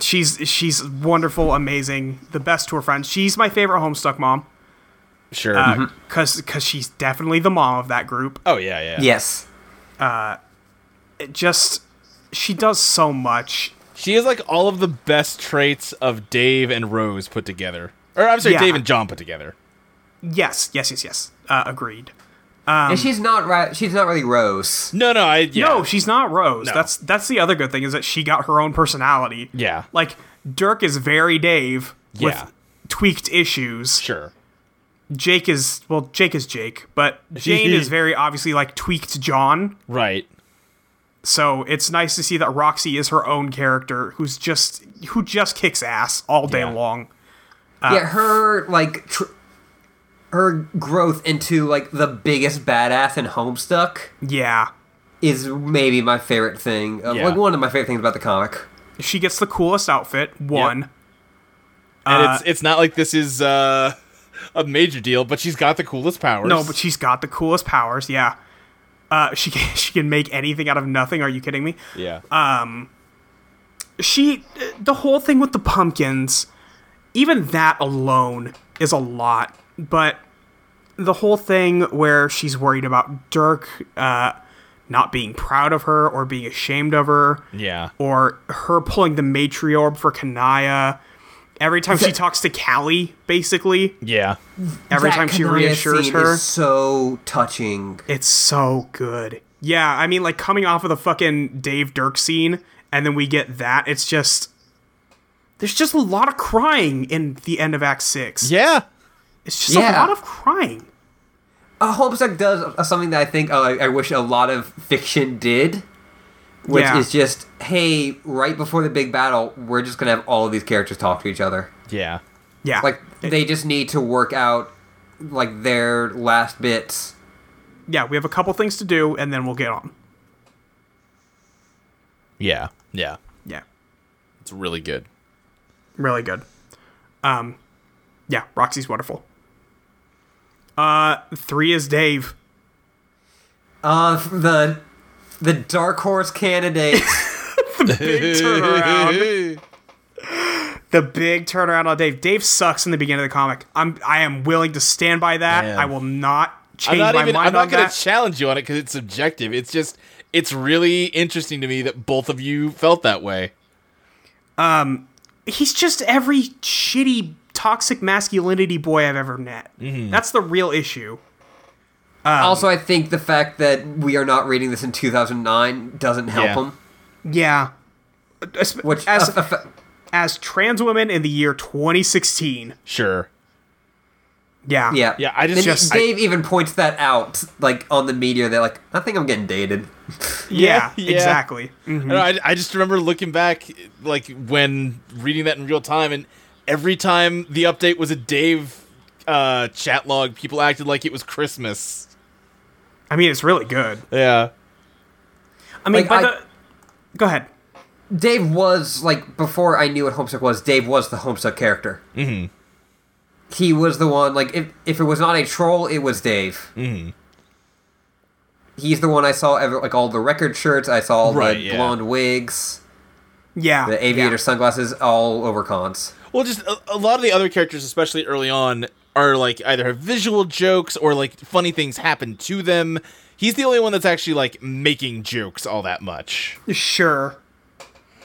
B: She's she's wonderful, amazing, the best to her friends. She's my favorite homestuck mom
C: Sure.
A: Uh-huh.
B: because because she's definitely the mom of that group.
C: oh yeah, yeah.
A: Yes.
B: It just she does so much.
C: She has like all of the best traits of Dave and Rose put together, or I'm sorry,
B: Yeah.
C: Dave and John put together.
B: Yes, yes, yes, yes. Uh, agreed. Um,
A: and she's not right. She's not really Rose.
C: No, no, I yeah.
B: No, she's not Rose.
C: No.
B: That's that's the other good thing is that she got her own personality.
C: Yeah.
B: Like Dirk is very Dave
C: Yeah.
B: with tweaked issues.
C: sure.
B: Jake is well, Jake is Jake, but Jane is very obviously like tweaked John.
C: Right.
B: So it's nice to see that Roxy is her own character who's just who just kicks ass all day
C: Yeah.
B: long. uh,
A: yeah, her like tr- her growth into like the biggest badass in Homestuck
B: Yeah.
A: is maybe my favorite thing. Uh,
C: Yeah.
A: Like one of my favorite things about the comic.
B: She gets the coolest outfit, one.
C: And
B: Uh,
C: it's it's not like this is uh, a major deal, but she's got the coolest powers.
B: No, but she's got the coolest powers, yeah. Uh, she can, she can make anything out of nothing. Are you kidding me?
C: yeah.
B: Uh, she the whole thing with the pumpkins even that alone is a lot but the whole thing where she's worried about dirk uh, not being proud of her or being ashamed of her
C: yeah.
B: or her pulling the matriorb for kanaya every time she talks to callie basically
C: Yeah.
B: every
A: That
B: time she
A: Kanaya
B: reassures
A: scene
B: her
A: is so touching.
B: it's so good. Yeah, I mean, like coming off of the fucking Dave Dirk scene, and then we get that. It's just there's just a lot of crying in the end of Act Six.
C: Yeah.
B: it's just a
A: Yeah.
B: lot of crying.
A: Uh, Homestuck does uh, something that I think uh, I, I wish a lot of fiction did, which
B: Yeah.
A: is just hey, right before the big battle, we're just gonna have all of these characters talk to each other.
C: Yeah.
B: Yeah,
A: Like they just need to work out like their last bits.
B: yeah, we have a couple things to do, and then we'll get on.
C: Yeah. Yeah.
B: Yeah,
C: It's really good.
B: really good. Um, yeah, Roxy's wonderful. Uh, three is Dave.
A: Uh, the the dark horse candidate.
B: Big turnaround. The big turnaround on Dave. Dave sucks in the beginning of the comic. I'm I am willing to stand by that.
C: Man.
B: I will not
C: I'm
B: change
C: not
B: my
C: even.
B: mind
C: I'm not
B: on
C: going
B: that.
C: to challenge you on it because it's subjective. It's just. It's really interesting to me that both of you felt that way.
B: He's just every shitty toxic masculinity boy I've ever met.
C: Mm-hmm.
B: That's the real issue. Um,
A: also, I think the fact that we are not reading this in 2009 doesn't help
C: Yeah.
A: him.
B: Yeah. As,
A: Which uh,
B: as,
A: aff- aff-
B: as trans women in the year 2016.
C: Sure.
B: Yeah.
A: yeah,
C: Yeah, I just-
A: And
C: just- I-
A: Dave even points that out, like on the media. They're like, I think I'm getting dated.
B: Yeah.
C: Yeah, yeah.
B: Exactly. Mm-hmm.
C: I, don't know, I, I just remember looking back, like when reading that in real time, and every time the update was a Dave uh, chat log, people acted like it was Christmas.
B: I mean, it's really good.
C: Yeah.
B: I mean,
A: Like,
B: by
A: I-
B: the. Go ahead.
A: Dave was like before I knew what Homestuck was. Dave was the Homestuck character. Mm-hmm. He was the one. Like if if it was not a troll, it was Dave. Mm-hmm. He's the one I saw ever like all the record shirts. I saw all
C: Right,
A: the
C: yeah.
A: blonde wigs,
B: Yeah.
A: the aviator
B: yeah.
A: sunglasses, all over cons.
C: Well, just a, a lot of the other characters, especially early on, are like either have visual jokes or like funny things happen to them. He's the only one that's actually like making jokes all that much.
B: Sure.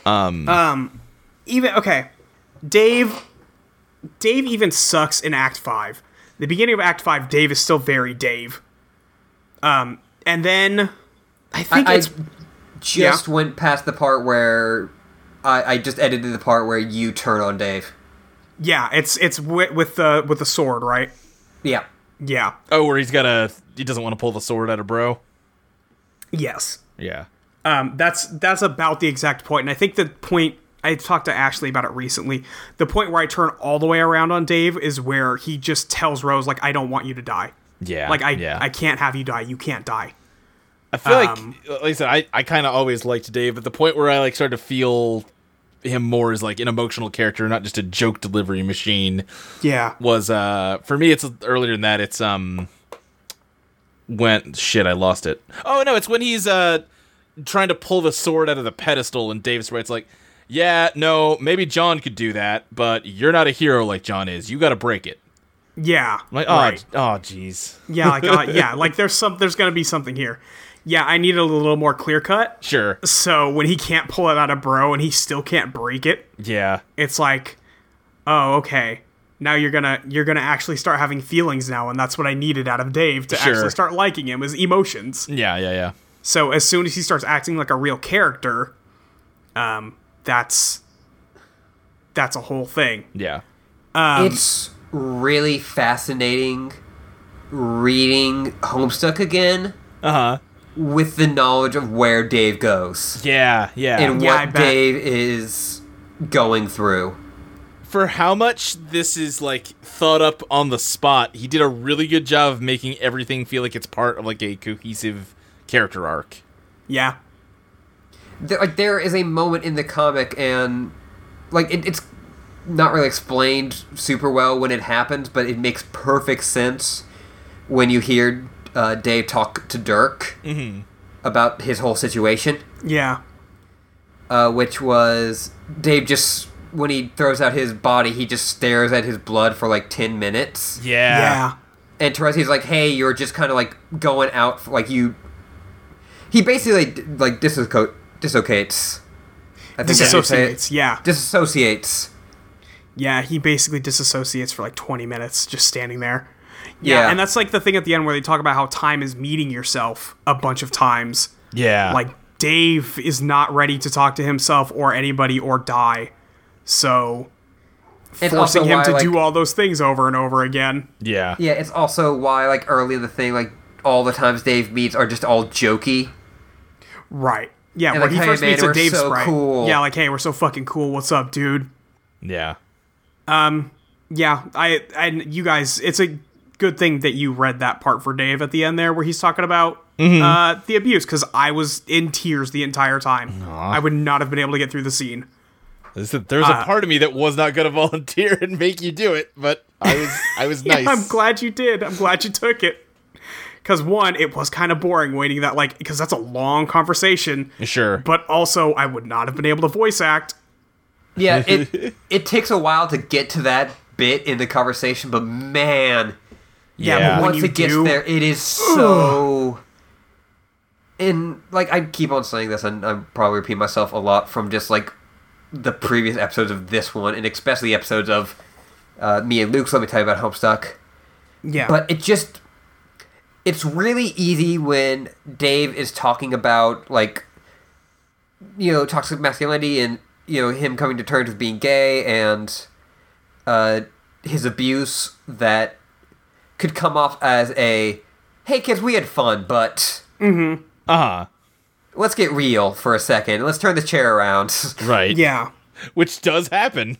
B: Um. Um. Even okay, Dave. Dave even sucks in Act Five. The beginning of Act Five, Dave is still very Dave. Um, and then I think
A: I, I
B: it's
A: just went past the part where I, I just edited the part where you turn on Dave.
B: yeah, it's it's with, with the with the sword, right?
A: Yeah.
B: Yeah.
C: Oh, where he's got a he doesn't want to pull the sword out of bro.
B: Yes.
C: Yeah.
B: Um, that's that's about the exact point, and I think the point I talked to Ashley about it recently. The point where I turn all the way around on Dave is where he just tells Rose like, "I don't want you to die.
C: Yeah.
B: Like I
C: yeah.
B: I can't have you die. You can't die."
C: I feel
B: Um,
C: like, like I said, I, I kind of always liked Dave, but the point where I like started to feel him more as like an emotional character, not just a joke delivery machine,
B: Yeah.
C: was uh for me. It's earlier than that. It's um when shit, I lost it. Oh no, it's when he's uh trying to pull the sword out of the pedestal, and Davis Wright's like, yeah, no, maybe John could do that, but you're not a hero like John is. You got to break it.
B: Yeah.
C: I'm like, oh,
B: right.
C: oh, jeez.
B: Yeah. Like uh, yeah. Like there's some there's gonna be something here. Yeah. I need a little more clear cut.
C: Sure.
B: So when he can't pull it out of Bro and he still can't break it,
C: Yeah.
B: it's like, oh okay. Now you're gonna you're gonna actually start having feelings now, and that's what I needed out of Dave to
C: Sure.
B: actually start liking him is emotions.
C: Yeah. Yeah. Yeah.
B: So as soon as he starts acting like a real character, um, that's that's a whole thing.
C: Yeah.
B: Um,
A: it's really fascinating reading Homestuck again
C: Uh
B: Uh-huh.
C: huh.
A: with the knowledge of where Dave goes
C: Yeah, yeah.
A: and
B: Yeah, I
A: what
B: bet.
A: Dave is going through.
C: for how much this is like thought up on the spot, he did a really good job of making everything feel like it's part of like a cohesive character arc.
B: Yeah.
A: there, like there is a moment in the comic and like it, it's not really explained super well when it happens but it makes perfect sense when you hear uh, dave talk to dirk
B: Mm-hmm.
A: about his whole situation
B: Yeah.
A: uh, which was dave just when he throws out his body he just stares at his blood for like 10 minutes
B: Yeah.
A: and Terezi's like, "Hey, you're just kind of like going out, for, like you." He basically d- like dissoco- dislocates. I think that's how you say it.
B: Disassociates. Yeah.
A: Disassociates.
B: Yeah. He basically disassociates for like 20 minutes just standing there.
A: Yeah.
B: yeah. And that's like the thing at the end where they talk about how time is meeting yourself a bunch of times.
C: Yeah.
B: like Dave is not ready to talk to himself or anybody or die. So
A: It's
B: forcing
A: also
B: him
A: why,
B: to
A: like-
B: do all those things over and over again.
C: yeah.
A: Yeah, it's also why like early in the thing, like all the times Dave meets are just all jokey.
B: Right. Yeah,
A: And
B: when
A: like,
B: he
A: "Hey,
B: first
A: man,
B: meets a
A: we're
B: Dave
A: so
B: Sprite.
A: cool.
B: Yeah, like, hey, we're so fucking cool. What's up, dude?
C: Yeah.
B: Yeah, I and you guys, it's a good thing that you read that part for Dave at the end there, where he's talking about uh, the abuse, because I was in tears the entire time. I would not have been able to get through the scene.
C: There's a, there's
B: Uh,
C: a part of me that was not going to volunteer and make you do it, but I was I was nice.
B: I'm glad you did. I'm glad you took it. Because one, it was kind of boring waiting that like because that's a long conversation.
C: Sure.
B: But also, I would not have been able to voice act.
A: Yeah, it it takes a while to get to that bit in the conversation, but man,
B: Yeah,
C: Yeah.
B: but when
A: once
B: you
A: it gets
B: do,
A: there, it is so. And like I keep on saying this, and I'm probably repeating myself a lot from just like the previous episodes of this one, and especially episodes of uh, me and Luke's. Let me tell you about Homestuck.
B: yeah,
A: But it just, it's really easy when Dave is talking about like, you know, toxic masculinity and you know him coming to terms with being gay and uh, his abuse that could come off as a, hey kids, we had fun, but
B: Mm-hmm.
C: uh-huh.
A: let's get real for a second. Let's turn the chair around,
C: Right.
B: yeah,
C: Which does happen.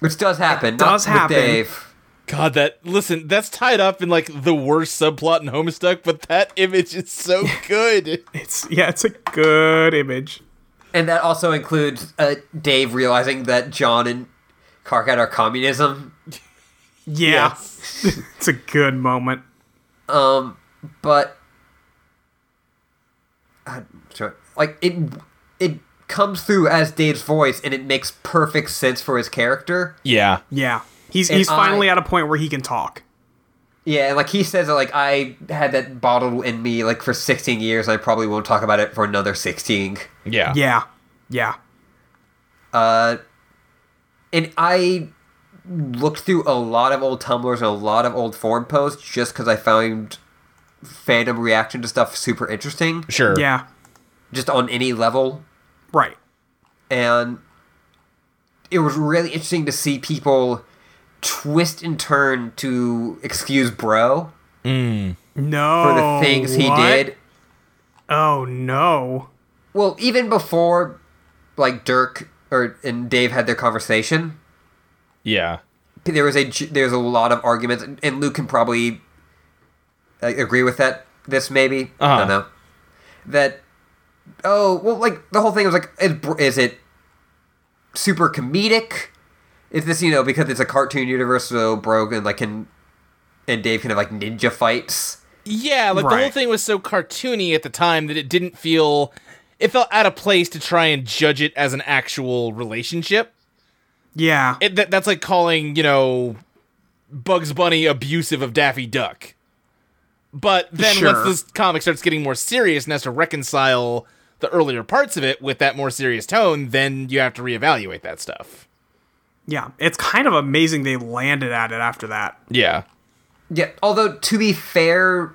A: which does happen. not
B: does
A: with
B: happen.
A: Dave.
C: God, that listen, that's tied up in like the worst subplot in Homestuck, but that image is so good.
B: it's yeah, it's a good image.
A: And that also includes uh, Dave realizing that John and Karkat are communism.
B: Yeah, it's a good moment.
A: Um, but I'm sorry. like it, it comes through as Dave's voice, and it makes perfect sense for his character.
C: Yeah.
B: Yeah, he's
A: And
B: he's finally
A: I-
B: at a point where he can talk.
A: Yeah, and like he says, like I had that bottled in me like for 16 years. I probably won't talk about it for another 16.
C: Yeah.
B: Yeah, yeah,
A: Uh, and I looked through a lot of old Tumblrs and a lot of old forum posts just because I found fandom reaction to stuff super interesting,
C: Sure.
B: Yeah.
A: just on any level.
B: Right.
A: and it was really interesting to see people twist and turn to excuse bro
B: No.
A: for the things he
B: Oh, what?
A: did.
B: Oh no.
A: Well, even before like Dirk or and Dave had their conversation,
C: Yeah.
A: there was a there's a lot of arguments, and Luke can probably uh, agree with that. This maybe I
C: Uh-huh.
A: don't know that. Oh well, like the whole thing was like, is, Br- is it super comedic? Is this you know because it's a cartoon universe, so Brogan like can and Dave can have like ninja fights.
C: Yeah, like the whole
B: Right.
C: thing was so cartoony at the time that it didn't feel it felt out of place to try and judge it as an actual relationship.
B: Yeah.
C: It, that, that's like calling, you know, Bugs Bunny abusive of Daffy Duck. But then
B: Sure.
C: once this comic starts getting more serious and has to reconcile the earlier parts of it with that more serious tone, then you have to reevaluate that stuff.
B: yeah. It's kind of amazing they landed at it after that.
C: Yeah.
A: Yeah, although to be fair,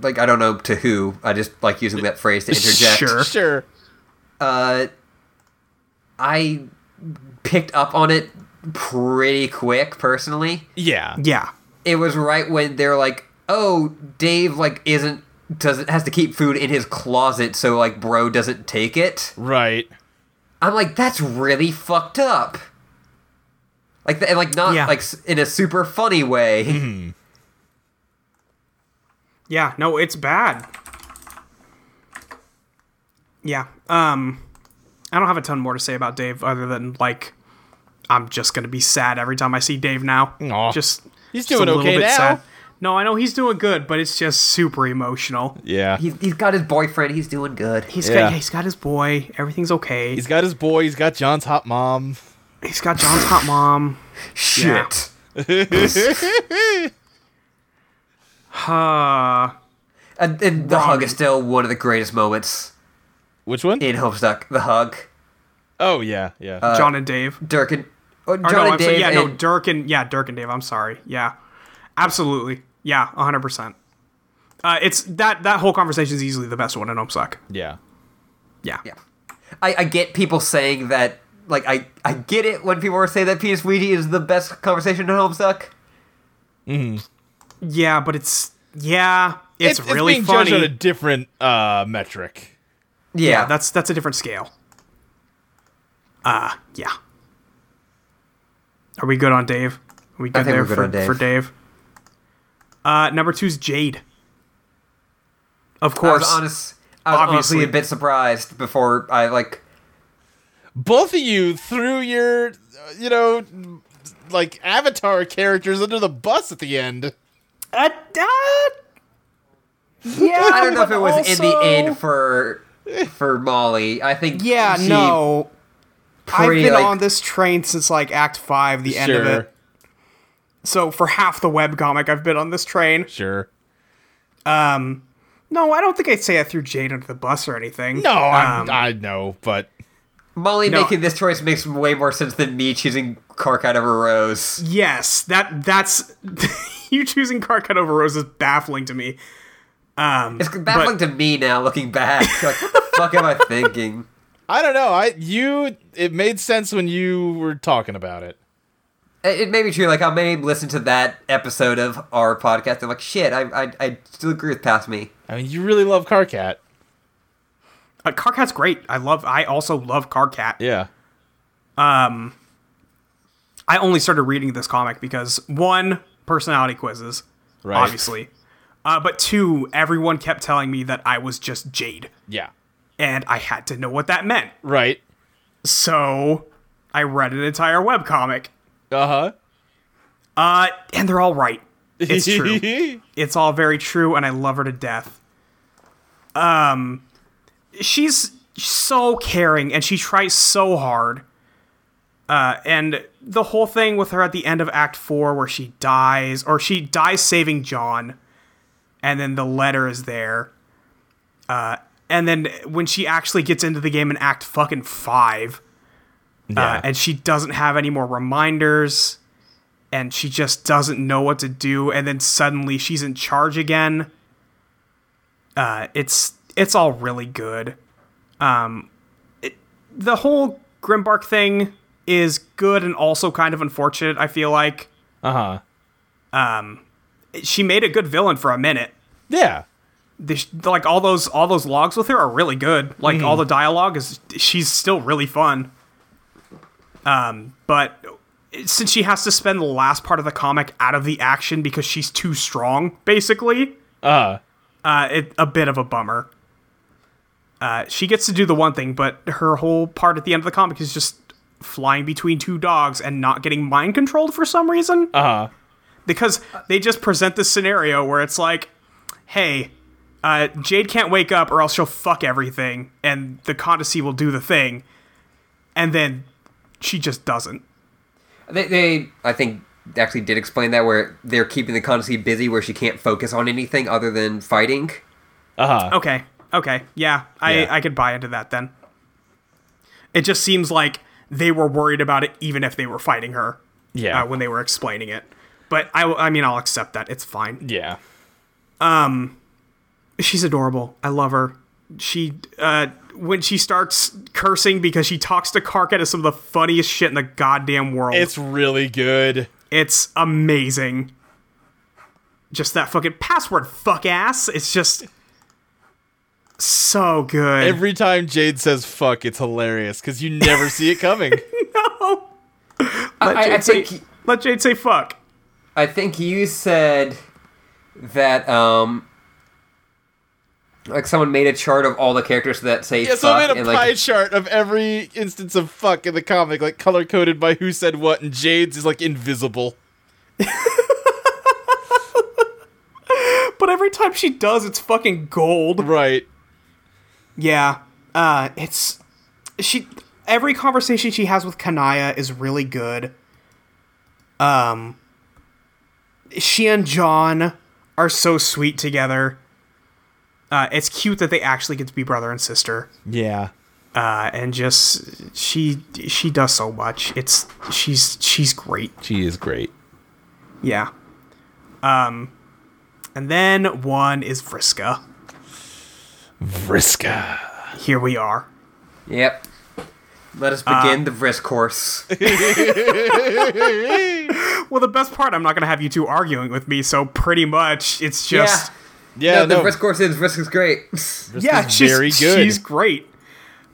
A: like I don't know to who, I just like using that phrase to interject.
B: Sure.
C: Sure.
A: uh, I picked up on it pretty quick personally.
C: Yeah.
B: Yeah.
A: It was right when they're like, "Oh, Dave like isn't doesn't has to keep food in his closet so like bro doesn't take it."
C: Right.
A: I'm like, "That's really fucked up." Like th- and like not
B: Yeah. Mm-hmm.
A: like s- in a super funny way.
B: Yeah, no, it's bad. Yeah. Um I don't have a ton more to say about Dave other than like I'm just gonna be sad every time I see Dave now.
C: Aw.
B: Just
C: He's
B: just a
C: doing
B: little
C: okay
B: bit
C: now.
B: No, I know he's doing good, but it's just super emotional.
C: Yeah.
A: He's, he's got his boyfriend. He's doing good.
B: He's
C: Yeah.
B: got yeah, he's got his boy. Everything's okay.
C: He's got his boy, he's got John's hot mom.
B: he's got John's hot mom.
A: Shit.
B: Yeah. Uh,
A: And, and the hug is still one of the greatest moments
C: Which one?
A: in Homestuck. The hug.
C: Oh yeah, yeah.
B: John and Dave.
A: Dirk and oh,
B: Or
A: John
B: no,
A: and
B: I'm
A: Dave.
B: sorry, yeah, no,
A: and-
B: Dirk and yeah, Dirk and Dave. I'm sorry. Yeah, absolutely. Yeah, 100. percent uh, It's that that whole conversation is easily the best one in Homesuck.
C: yeah.
B: Yeah.
A: yeah. I, I get people saying that. Like I, I get it when people are saying that Penis Ouija is the best conversation in Homestuck.
B: yeah, but it's yeah, it's, really
C: being
B: funny.
C: judged on a different uh, metric.
A: Yeah,
B: yeah, that's that's a different scale. Uh, yeah. Are we good on Dave? Are we good
A: I think
B: there
A: we're good
B: for,
A: on Dave.
B: for Dave? Uh, number two's Jade. Of
A: I
B: course.
A: was honest. I was honestly
B: Obviously.
A: a bit surprised before I like.
C: Both of you threw your, uh, you know, like avatar characters under the bus at the end.
B: Uh, uh,
A: Yeah, I don't know if
B: but
A: it was in the
B: also-
A: end for for Molly. I think
E: Yeah,
A: she
E: no. I've
A: pretty,
E: been
A: like-
E: on this train since like Act Five, the end of
C: Sure.
E: it.
B: So for half the webcomic, I've been on this train.
C: Sure.
B: No, I don't think I'd say I threw Jade under the bus or anything.
C: No, I'm-
B: Um,
C: I know, but
A: Molly
B: No.
A: making this choice makes way more sense than me choosing Kark out of a rose.
B: yes, that that's you choosing Carcut over Rose is baffling to me.
A: It's baffling to me now looking back. Like, what the fuck am I thinking?
C: I don't know. I you it made sense when you were talking about it.
A: It, it may be true. Like I may listen to that episode of our podcast. I'm like, shit. I I, I still agree with past me.
C: I mean, you really love Carcat.
B: Uh, Carcat's great. I love. I also love Carcat.
C: Yeah.
B: I only started reading this comic because one personality quizzes,
C: Right.
B: obviously, uh, but two, everyone kept telling me that I was just Jade,
C: Yeah.
B: and I had to know what that meant.
C: Right.
B: So I read an entire webcomic.
C: Uh huh.
B: Uh, and they're all right. It's true. it's all very true, and I love her to death. Um, she's so caring, and she tries so hard. Uh, and the whole thing with her at the end of Act Four, where she dies, or she dies saving John, and then the letter is there. Uh, and then when she actually gets into the game in Act fucking Five, uh,
C: Yeah.
B: and she doesn't have any more reminders. and she just doesn't know what to do and then suddenly she's in charge again uh, it's it's all really good um, it, the whole grimbark thing is good and also kind of unfortunate i feel like Um,
C: Uh huh.
B: she made a good villain for a minute
C: Yeah.
B: the, like all those all those logs with her are really good. Like all the dialogue is she's still really fun. Um, but since she has to spend the last part of the comic out of the action because she's too strong, basically,
C: Uh.
B: uh, it, a bit of a bummer. Uh, she gets to do the one thing, but her whole part at the end of the comic is just flying between two dogs and not getting mind controlled for some reason
C: Uh huh.
B: because they just present this scenario where it's like, hey, uh, Jade can't wake up or else she'll fuck everything, and the Codicy will do the thing, and then she just doesn't.
A: They, they I think, actually did explain that where they're keeping the Condice busy where she can't focus on anything other than fighting.
C: Uh huh.
B: Okay, okay, yeah, I
C: Yeah.
B: I could buy into that then. It just seems like they were worried about it, even if they were fighting her
C: Yeah.
B: uh, when they were explaining it. But I, will- I mean, I'll accept that. It's fine.
C: yeah.
B: she's adorable. I love her. She uh when she starts cursing because she talks to Karkat is some of the funniest shit in the goddamn world.
C: It's really good.
B: It's amazing. Just that fucking password fuck ass. It's just so good.
C: Every time Jade says "fuck," it's hilarious because you never see it coming.
A: I-
B: let,
A: I
B: Jade say,
A: think-
B: let Jade say fuck.
A: I think you said that um like someone made a chart of all the characters that say
C: Yeah,
A: fuck
C: so I made a
A: and
C: pie
A: like
C: chart of every instance of fuck in the comic, like color coded by who said what, and Jade's is like invisible.
B: But every time she does, it's fucking gold.
C: Right.
B: Yeah. Uh it's she every conversation she has with Kanaya is really good. Um she and John are so sweet together. Uh it's cute that they actually get to be brother and sister.
C: Yeah.
B: Uh and just she she does so much. It's she's she's great.
C: She is great.
B: Yeah. Um and then one is Vriska.
C: Vriska.
B: Here we are.
A: Yep. Let us begin the brisk course.
B: Well, the best part, I'm not going to have you two arguing with me, so pretty much it's just.
C: Yeah,
A: no, the
C: no.
A: brisk course is brisk is great.
C: Vriska's
B: Yeah, she's,
C: very good.
B: she's great.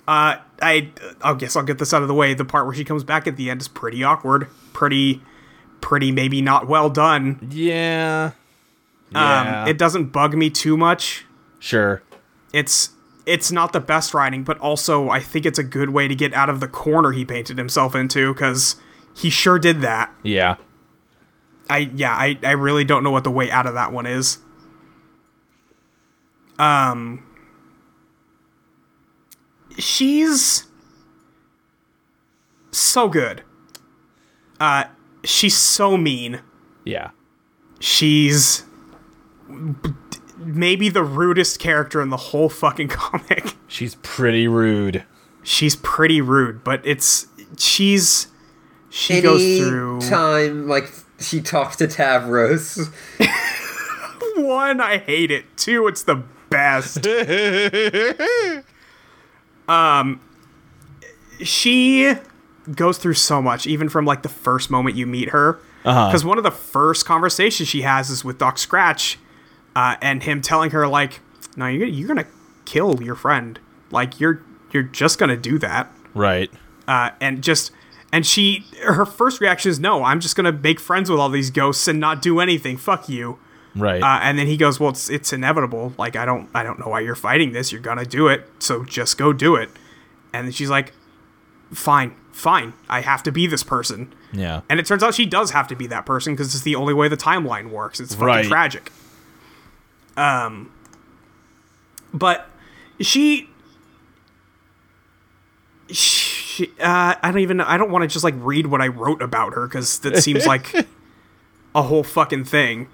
B: Uh, I, I guess I'll get this out of the way. The part where she comes back at the end is pretty awkward. Pretty, pretty maybe not well done.
C: yeah. Yeah.
B: Um, it doesn't bug me too much.
C: sure.
B: It's. It's not the best writing, but also I think it's a good way to get out of the corner he painted himself into because he sure did that.
C: Yeah.
B: I yeah, I, I really don't know what the way out of that one is. Um She's so good. Uh she's so mean.
C: Yeah.
B: She's maybe the rudest character in the whole fucking comic.
C: She's pretty rude.
B: She's pretty rude, but it's she's she goes
A: Any
B: through
A: time like she talks to Tavros.
B: one, I hate it. Two, it's the best. um, she goes through so much, even from like the first moment you meet her. Because one of the first conversations she has is with Doc Scratch, uh, and him telling her like, "No, you're you're gonna kill your friend. Like you're you're just gonna do that."
C: Right.
B: uh, and just and she her first reaction is no i'm just gonna make friends with all these ghosts and not do anything fuck you
C: Right.
B: uh, and then he goes well it's, it's inevitable like i don't i don't know why you're fighting this you're gonna do it so just go do it and then she's like fine fine i have to be this person
C: yeah.
B: and it turns out she does have to be that person because it's the only way the timeline works. It's fucking
C: Right.
B: tragic. Um, but she, she, uh, I don't even. I don't want to just like read what I wrote about her because that seems like a whole fucking thing.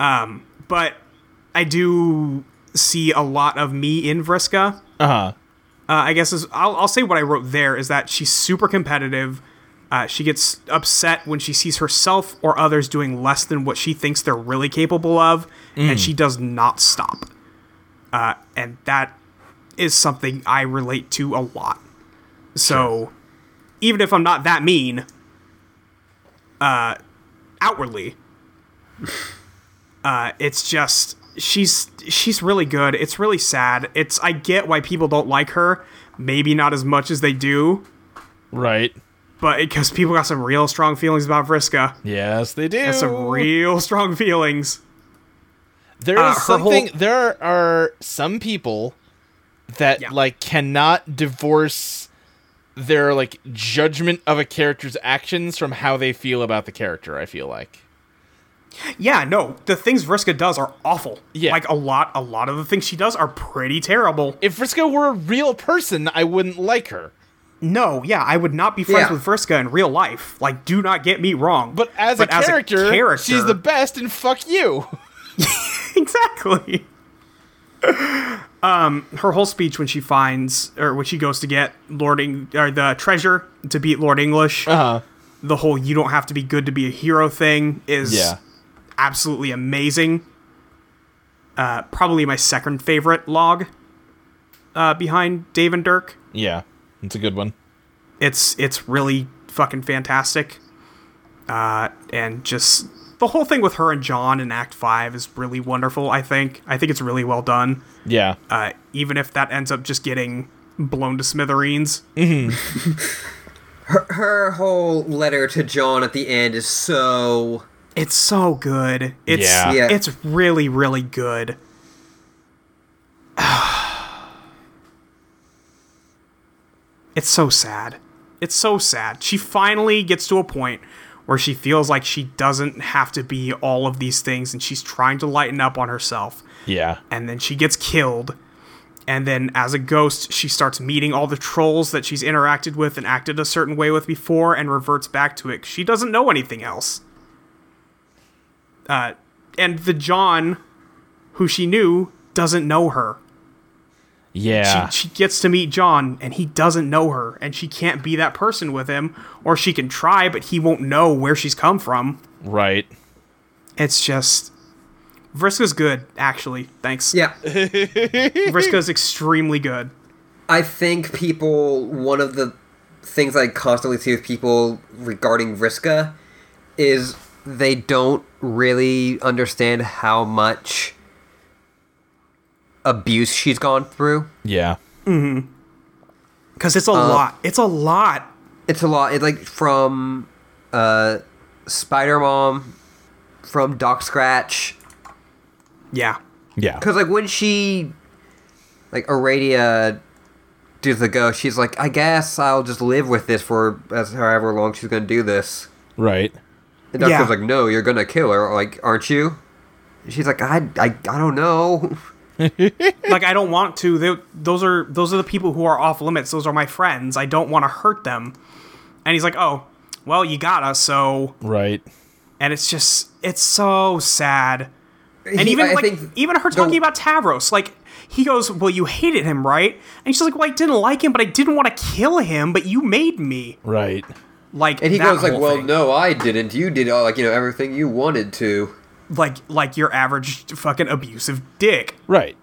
B: Um, but I do see a lot of me in Vriska
C: Uh huh.
B: uh, I guess is I'll, I'll say what I wrote there is that she's super competitive. Uh, she gets upset when she sees herself or others doing less than what she thinks they're really capable of, and she does not stop. Uh, and that is something I relate to a lot. So, even if I'm not that mean, uh, outwardly, uh, it's just she's she's really good. It's really sad. It's I get why people don't like her. Maybe not as much as they do,
C: Right.
B: but because people got some real strong feelings about Vriska.
C: Yes, they do.
B: That's some real strong feelings.
C: There
B: Uh,
C: is
B: her
C: something.
B: whole-
C: There are some people that
B: Yeah.
C: like cannot divorce their like judgment of a character's actions from how they feel about the character. I feel like.
B: Yeah, no, the things Vriska does are awful.
C: Yeah.
B: like a lot, a lot of the things she does are pretty terrible.
C: If Frisco were a real person, I wouldn't like her.
B: No, yeah, I would not be friends
A: Yeah.
B: with Vriska in real life. Like, do not get me wrong.
C: But as, a, character, she's the best, and fuck you.
B: exactly. Um, her whole speech when she finds or when she goes to get Lord Eng- or the treasure to beat Lord English,
C: Uh,
B: the whole "you don't have to be good to be a hero" thing is absolutely amazing. Uh, probably my second favorite log uh, behind Dave and Dirk.
C: yeah, it's a good one.
B: It's it's really fucking fantastic. Uh, and just the whole thing with her and John in Act Five is really wonderful. I think I think it's really well done.
C: Yeah,
B: Uh, even if that ends up just getting blown to smithereens.
A: Her whole letter to John at the end is so.
B: It's so good. It's
C: Yeah.
A: Yeah.
B: it's really really good. it's so sad. It's so sad. She finally gets to a point where she feels like she doesn't have to be all of these things and she's trying to lighten up on herself
C: yeah,
B: and then she gets killed. And then, as a ghost, she starts meeting all the trolls that she's interacted with and acted a certain way with before and reverts back to it. 'cause She doesn't know anything else. Uh, and the John who she knew doesn't know her.
C: yeah.
B: She, she gets to meet John, and he doesn't know her, and she can't be that person with him, or she can try, but he won't know where she's come from.
C: right.
B: It's just. Vriska's good, actually. Thanks.
A: Yeah.
B: Vriska's extremely good.
A: I think people one of the things I constantly see with people regarding Vriska is they don't really understand how much abuse she's gone through.
C: Yeah,
B: Because it's a
A: Uh,
B: lot. It's a lot.
A: It's a lot. It's like from uh, Spider Mom, from Doc Scratch.
B: Yeah.
C: yeah.
A: Because like when she, like Aradia, does the go, she's like, I guess I'll just live with this for as however long she's gonna do this.
C: Right.
A: And Doc's
B: Yeah.
A: like, no, you're gonna kill her, like, aren't you? And she's like, I, I, I don't know.
B: Like I don't want to. They, those are those are the people who are off limits. Those are my friends. I don't want to hurt them. And he's like, "Oh, well, you gotta." So,
C: Right.
B: and it's just it's so sad. And
A: He-
B: even
A: I
B: like
A: think
B: even her
A: the-
B: talking about Tavros, like he goes, "Well, you hated him, right?" And she's like, "Well, I didn't like him, but I didn't want to kill him, but you made me."
C: Right.
B: Like,
A: And he
B: that
A: goes like,
B: whole
A: well,
B: thing.
A: no, I didn't. You did all like you know everything you wanted to.
B: like like your average fucking abusive dick."
C: Right.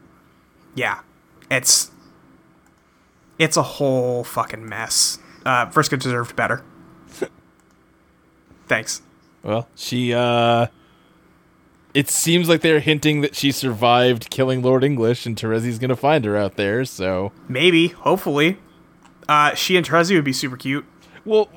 B: yeah, it's it's a whole fucking mess. Uh, Friska deserved better. Thanks.
C: Well, she uh it seems like they're hinting that she survived killing Lord English and Terezi's going to find her out there, so
B: Maybe, hopefully, uh, she and Trezzy would be super cute.
C: Well,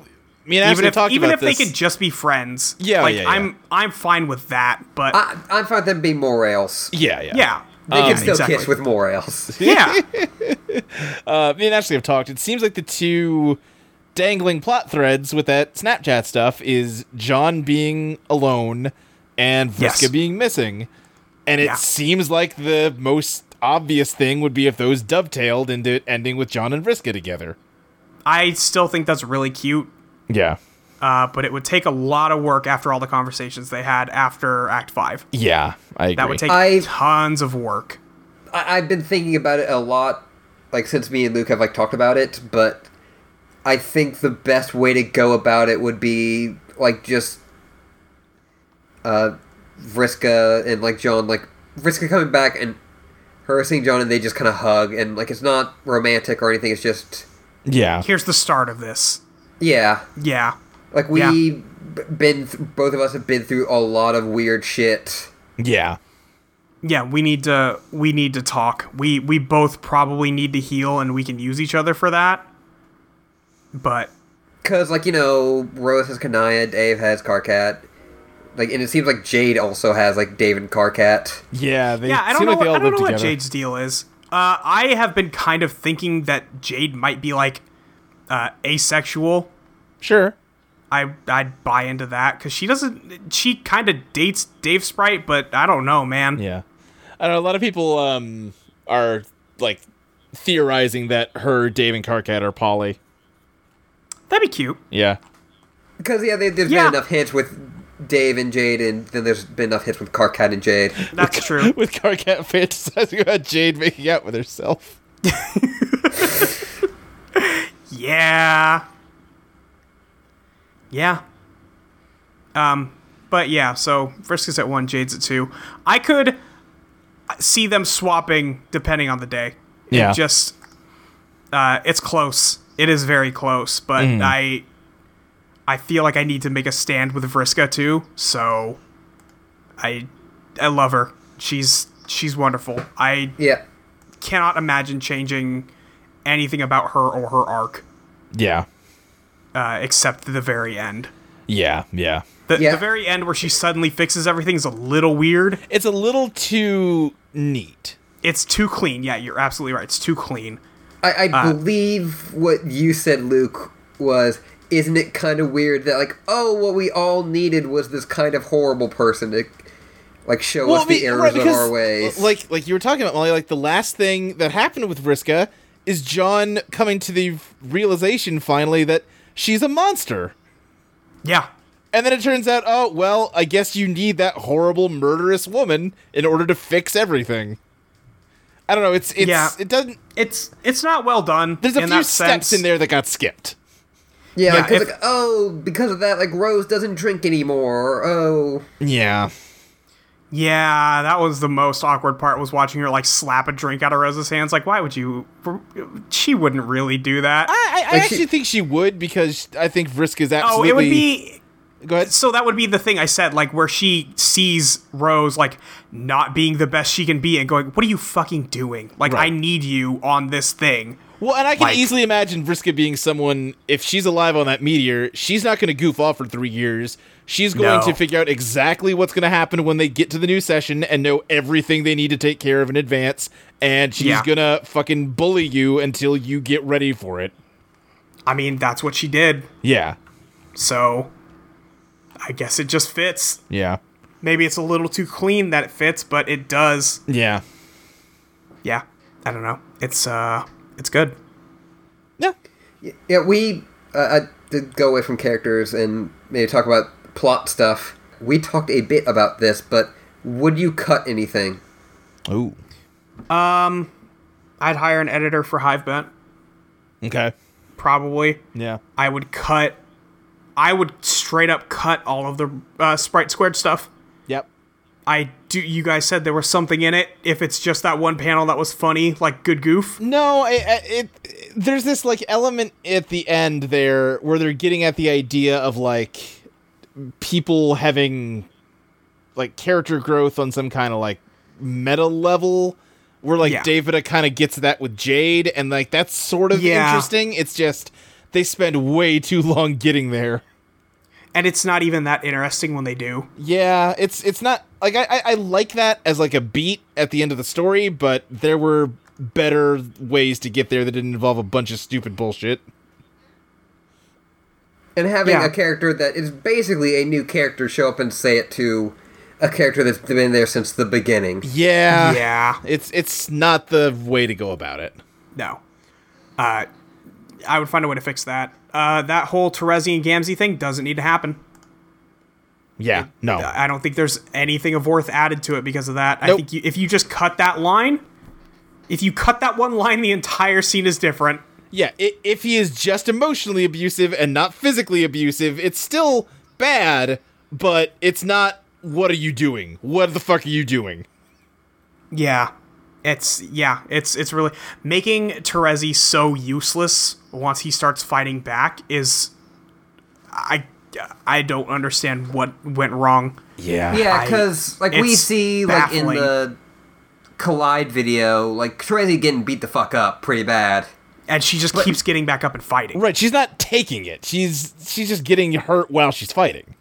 C: me and
B: Even
C: Ashley
B: if
C: talked
B: even
C: about
B: if they
C: this.
B: could just be friends.
C: Yeah,
B: like
C: yeah, yeah.
B: I'm I'm fine with that. But
A: I, I'm fine with them being morales.
C: Yeah, yeah.
B: yeah,
A: They
B: yeah,
A: can still
B: exactly.
A: kiss with morales.
B: yeah,
C: Uh, me and Ashley have talked. It seems like the two dangling plot threads with that Snapchat stuff is John being alone and Vriska
B: Yes.
C: being missing. And it
B: Yeah.
C: seems like the most obvious thing would be if those dovetailed into it ending with John and Vriska together.
B: I still think that's really cute.
C: Yeah.
B: Uh, but it would take a lot of work after all the conversations they had after Act Five.
C: Yeah, I agree.
B: That would take
A: I-
B: tons of work.
A: I, I've been thinking about it a lot, like since me and Luke have like talked about it, but I think the best way to go about it would be like just uh Vriska and like John like Vriska coming back and harassing John and they just kind of hug and like it's not romantic or anything it's just
C: Yeah.
B: Here's the start of this.
A: yeah
B: Yeah.
A: like we
B: Yeah.
A: b- been th- both of us have been through a lot of weird shit
C: Yeah.
B: Yeah, we need to we need to talk. We we both probably need to heal and we can use each other for that. But
A: Because, like, you know, Rose has Kanaya, Dave has Carcat. Like, and it seems like Jade also has, like, Dave and Carcat.
C: Yeah. They
B: yeah, I don't
C: seem
B: know.
C: like they all
B: I don't
C: live
B: know what
C: together.
B: Jade's deal is. Uh, I have been kind of thinking that Jade might be like uh, asexual.
C: Sure.
B: I I'd buy into that because she doesn't. She kind of dates Dave Sprite, but I don't know, man.
F: Yeah. I know a lot of people um are like theorizing that her, Dave, and Carcat are poly.
B: That'd be cute.
F: Yeah.
A: Because, yeah, they, there's
B: Yeah.
A: been enough hits with Dave and Jade, and then there's been enough hits with Carcat and Jade.
B: That's true.
F: With Carcat fantasizing about Jade making out with herself.
B: Yeah. Yeah. Um, but yeah, so Frisk is at one, Jade's at two. I could see them swapping depending on the day. It
F: Yeah.
B: just uh, it's close. It is very close, but I I feel like I need to make a stand with Vriska too. So I I love her. She's she's wonderful. I
A: Yeah.
B: cannot imagine changing anything about her or her arc
F: Yeah.
B: uh, except the very end.
F: Yeah. Yeah.
B: The,
A: Yeah.
B: the very end where she suddenly fixes everything is a little weird.
F: It's a little too neat.
B: It's too clean. Yeah, you're absolutely right. It's too clean.
A: I, I
C: Ah.
A: believe what you said, Luke, was isn't it kind of weird that, like, oh, what we all needed was this kind of horrible person to, like, show us the
C: be-
A: errors
C: right,
A: of
C: because,
A: our ways?
C: l- Like like you were talking about, Molly, like the last thing that happened with Vriska is John coming to the realization finally that she's a monster.
B: Yeah.
C: And then it turns out, oh well, I guess you need that horrible murderous woman in order to fix everything. I don't know, it's it's
B: Yeah.
C: it doesn't
B: It's it's not well done.
C: there's a
B: in
C: few
B: that
C: steps
B: sense.
C: in there that got skipped.
A: yeah,
B: yeah,
A: like, 'cause,
B: if-
A: like, oh, because of that, like, Rose doesn't drink anymore. Or, oh.
C: Yeah.
B: Yeah, that was the most awkward part was watching her like slap a drink out of Rosa's hands. Like, why would you? She wouldn't really do that.
C: I, I, I
A: Like,
C: actually
A: she-
C: think she would because I think Vrisk is
B: oh,
C: absolutely
B: it would be
C: Go ahead.
B: so that would be the thing I said, like where she sees Rose like not being the best she can be and going, "What are you fucking doing? Like I
C: Right.
B: need you on this thing."
C: Well, and I can
B: Like-
C: easily imagine Vriska being someone, if she's alive on that meteor, she's not going to goof off for three years. She's going
B: No.
C: to figure out exactly what's going to happen when they get to the new session and know everything they need to take care of in advance. And she's
B: Yeah.
C: going to fucking bully you until you get ready for it.
B: I mean, that's what she did.
C: Yeah.
B: So I guess it just fits.
C: Yeah.
B: Maybe it's a little too clean that it fits, but it does.
C: Yeah.
B: Yeah. I don't know. It's uh it's good.
C: Yeah.
A: Yeah, we uh, uh, did go away from characters and maybe talk about plot stuff. We talked a bit about this, but would you cut anything?
C: Ooh.
B: I'd hire an editor for Hivebent
C: Okay.
B: probably.
C: Yeah.
B: I would cut I would straight up cut all of the uh, sprite squared stuff.
C: Yep.
B: I do. You guys said there was something in it. If it's just that one panel that was funny, like good goof.
C: No, I I- it, it there's this like element at the end there where they're getting at the idea of like people having like character growth on some kind of like meta level where like
B: Yeah.
C: David kind of gets that with Jade and like that's sort of
B: Yeah.
C: interesting. It's just they spend way too long getting there.
B: And it's not even that interesting when they do.
C: Yeah, it's it's not like I, I I like that as like a beat at the end of the story, but there were better ways to get there that didn't involve a bunch of stupid bullshit.
A: And having
B: Yeah.
A: a character that is basically a new character show up and say it to a character that's been there since the beginning.
C: Yeah.
B: yeah.
C: It's it's not the way to go about it.
B: No. Uh, I would find a way to fix that. Uh, that whole Terezi and Gamzee thing doesn't need to happen.
C: Yeah. No.
B: I don't think there's anything of worth added to it because of that. I
C: Nope.
B: think you, if you just cut that line, if you cut that one line, the entire scene is different.
C: Yeah, i- if he is just emotionally abusive and not physically abusive, it's still bad, but it's not what are you doing? What the fuck are you doing?
B: Yeah. It's yeah, it's it's really making Terezi so useless once he starts fighting back is I I don't understand what went wrong.
A: Yeah,
B: I-
A: because like we
B: it's
A: see like in
B: baffling.
A: the collide video, like Terezi getting beat the fuck up pretty bad.
B: And she just keeps getting back up and fighting.
C: Right, she's not taking it. She's she's just getting hurt while she's fighting.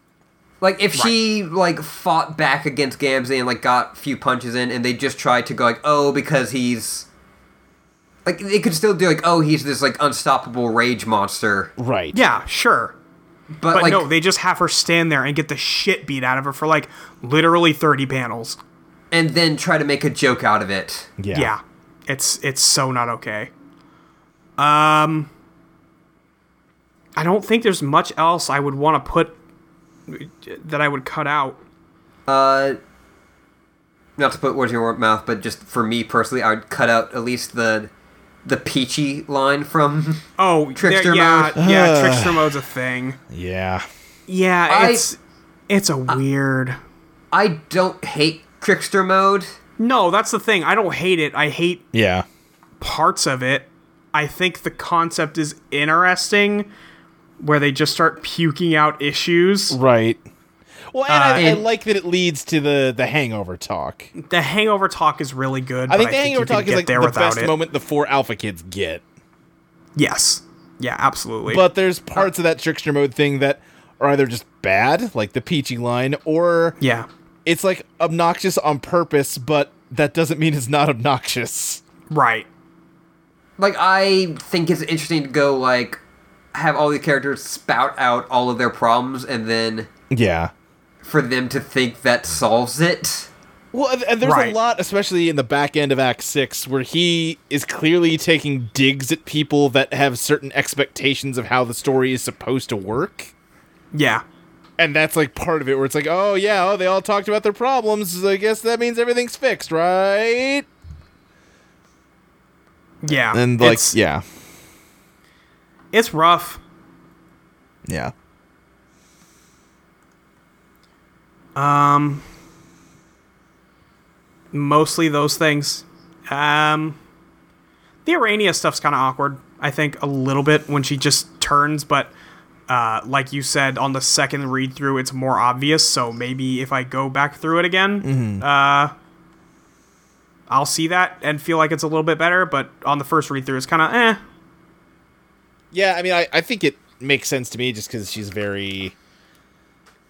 A: Like if she like fought back against Gamzee and like got a few punches in, and they just tried to go like, oh, because he's like they could still do like, oh, he's this like unstoppable rage monster,
C: Right.
B: Yeah, sure.
A: but,
B: But
A: like
B: no, they just have her stand there and get the shit beat out of her for like literally 30 panels.
A: and then try to make a joke out of it.
C: Yeah.
B: Yeah. It's it's so not okay. Um I don't think there's much else I would want to put that I would cut out.
A: Uh, not to put words in your mouth, but just for me personally, I would cut out at least the the peachy line from.
B: Oh,
A: Trickster
B: there- yeah,
A: mode.
B: yeah, trickster mode's a thing.
C: Yeah.
B: Yeah,
A: I- Uh,
B: it's it's a weird.
A: I don't hate trickster mode.
B: no, that's the thing. I don't hate it. I hate
C: Yeah.
B: parts of it. I think the concept is interesting where they just start puking out issues.
C: Right. Well, and
B: Uh,
C: I, I
A: and-
C: like that it leads to the the hangover talk.
B: The hangover talk is really good.
C: I
B: but
C: think the hangover
B: you can
C: talk is
B: get
C: like
B: there
C: the
B: without
C: best
B: it.
C: moment the four alpha kids get.
B: Yes. Yeah, absolutely.
C: But there's parts of that trickster mode thing that are either just bad, like the peachy line, or
B: yeah.
C: it's like obnoxious on purpose, but that doesn't mean it's not obnoxious.
B: Right.
A: Like I think it's interesting to go like have all the characters spout out all of their problems and then
C: Yeah.
A: for them to think that solves it.
C: Well, and- and there's
B: Right.
C: a lot, especially in the back end of Act Six, where he is clearly taking digs at people that have certain expectations of how the story is supposed to work.
B: Yeah.
C: And that's like part of it, where it's like, oh yeah, oh they all talked about their problems. I guess that means everything's fixed, right?
B: Yeah.
C: And like,
B: it's,
C: yeah,
B: it's rough.
C: yeah.
B: Mostly those things. Um the Irania stuff's kind of awkward, I think a little bit when she just turns, but uh, like you said on the second read through, it's more obvious. So maybe if I go back through it again, uh, I'll see that and feel like it's a little bit better. But on the first read through, it's kind of eh.
C: Yeah, I mean, I, I think it makes sense to me just because she's very.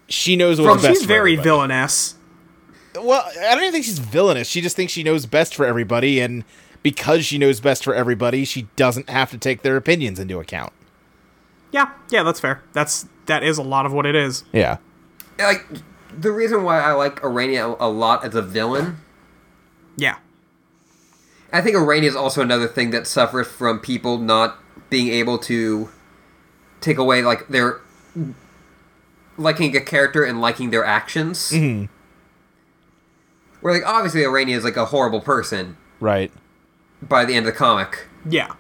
C: She knows what's
B: Well,
C: best.
B: she's
C: for
B: very
C: everybody.
B: villainous.
C: Well, I don't even think she's villainous. She just thinks she knows best for everybody, and because she knows best for everybody, she doesn't have to take their opinions into account.
B: Yeah, yeah, that's fair. That's that is a lot of what it is.
C: Yeah.
A: Like the reason why I like Arania a lot as a villain
B: Yeah,
A: I think Arania is also another thing that suffers from people not being able to take away like their liking a character and liking their actions. Mm-hmm. Where like obviously Arania is like a horrible person
C: Right.
A: by the end of the comic,
B: yeah,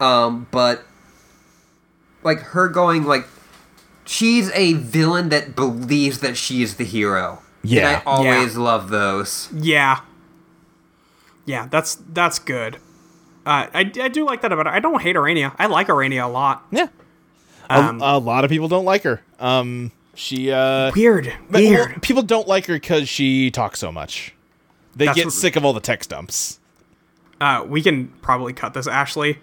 A: um, but like her going like she's a villain that believes that she is the hero. and
C: Yeah.
A: I always love those.
B: yeah, yeah. That's that's good. Uh, I, I do like that about her. I don't hate Arania. I like Arania a lot.
C: Yeah.
B: Um,
C: a, a lot of people don't like her. Um, she uh,
B: weird,
C: but- well,
B: weird.
C: people don't like her because she talks so much. They
B: That's
C: get
B: what-
C: sick of all the text dumps.
B: Uh, we can probably cut this, Ashley.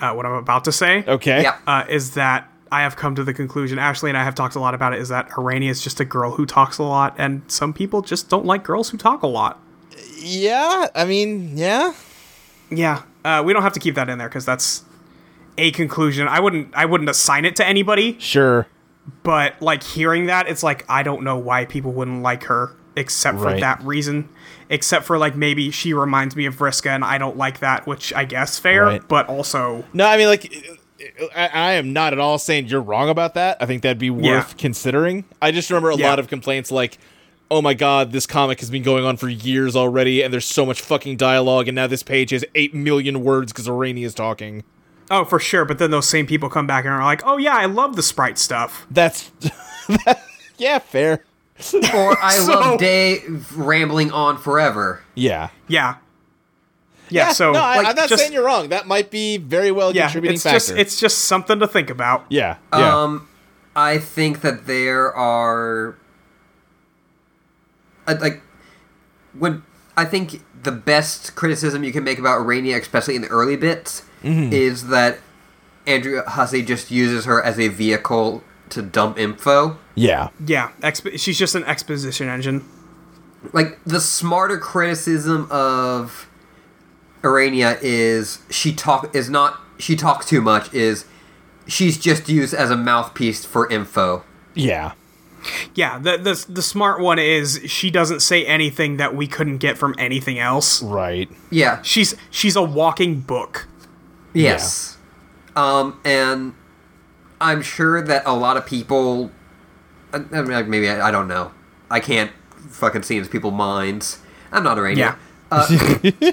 B: Uh, what I'm about to say
C: Okay.
A: Yeah.
B: uh, is that I have come to the conclusion. Ashley and I have talked a lot about it. Is that Arania is just a girl who talks a lot, and some people just don't like girls who talk a lot.
C: Yeah. I mean, yeah.
B: Yeah, uh, we don't have to keep that in there because that's a conclusion. I wouldn't I wouldn't assign it to anybody,
C: Sure.
B: but like hearing that, it's like I don't know why people wouldn't like her except for
C: Right.
B: that reason. Except for like maybe she reminds me of Vriska and I don't like that, which I guess fair,
C: Right.
B: but also
C: No, I mean, like, I, I am not at all saying you're wrong about that. I think that'd be worth
B: Yeah.
C: considering. I just remember a
B: Yeah.
C: lot of complaints like, oh my god, this comic has been going on for years already, and there's so much fucking dialogue, and now this page has 8 million words because Arania is talking.
B: Oh, for sure. But then those same people come back and are like, "Oh yeah, I love the sprite stuff."
C: That's yeah, fair.
A: Or I love Day rambling on forever.
C: Yeah.
B: Yeah, yeah. so
C: no, I,
B: like,
C: I'm not
B: just-
C: saying you're wrong. That might be very well a
B: yeah,
C: contributing
B: it's
C: factor.
B: just it's just something to think about.
C: yeah, yeah.
A: Um, I think that there are I, like when I think the best criticism you can make about Rainey, especially in the early bits, is that Andrea Hussey just uses her as a vehicle to dump info.
C: yeah.
B: Yeah, exp- she's just an exposition engine.
A: like the smarter criticism of Arania is she talk is not she talks too much is she's just used as a mouthpiece for info.
C: Yeah.
B: Yeah, the the the smart one is she doesn't say anything that we couldn't get from anything else.
C: Right.
A: Yeah.
B: She's she's a walking book.
A: Yes. Um and I'm sure that a lot of people I, I mean, like, maybe I, I don't know. I can't fucking see into people's minds. I'm not Arania.
B: Yeah.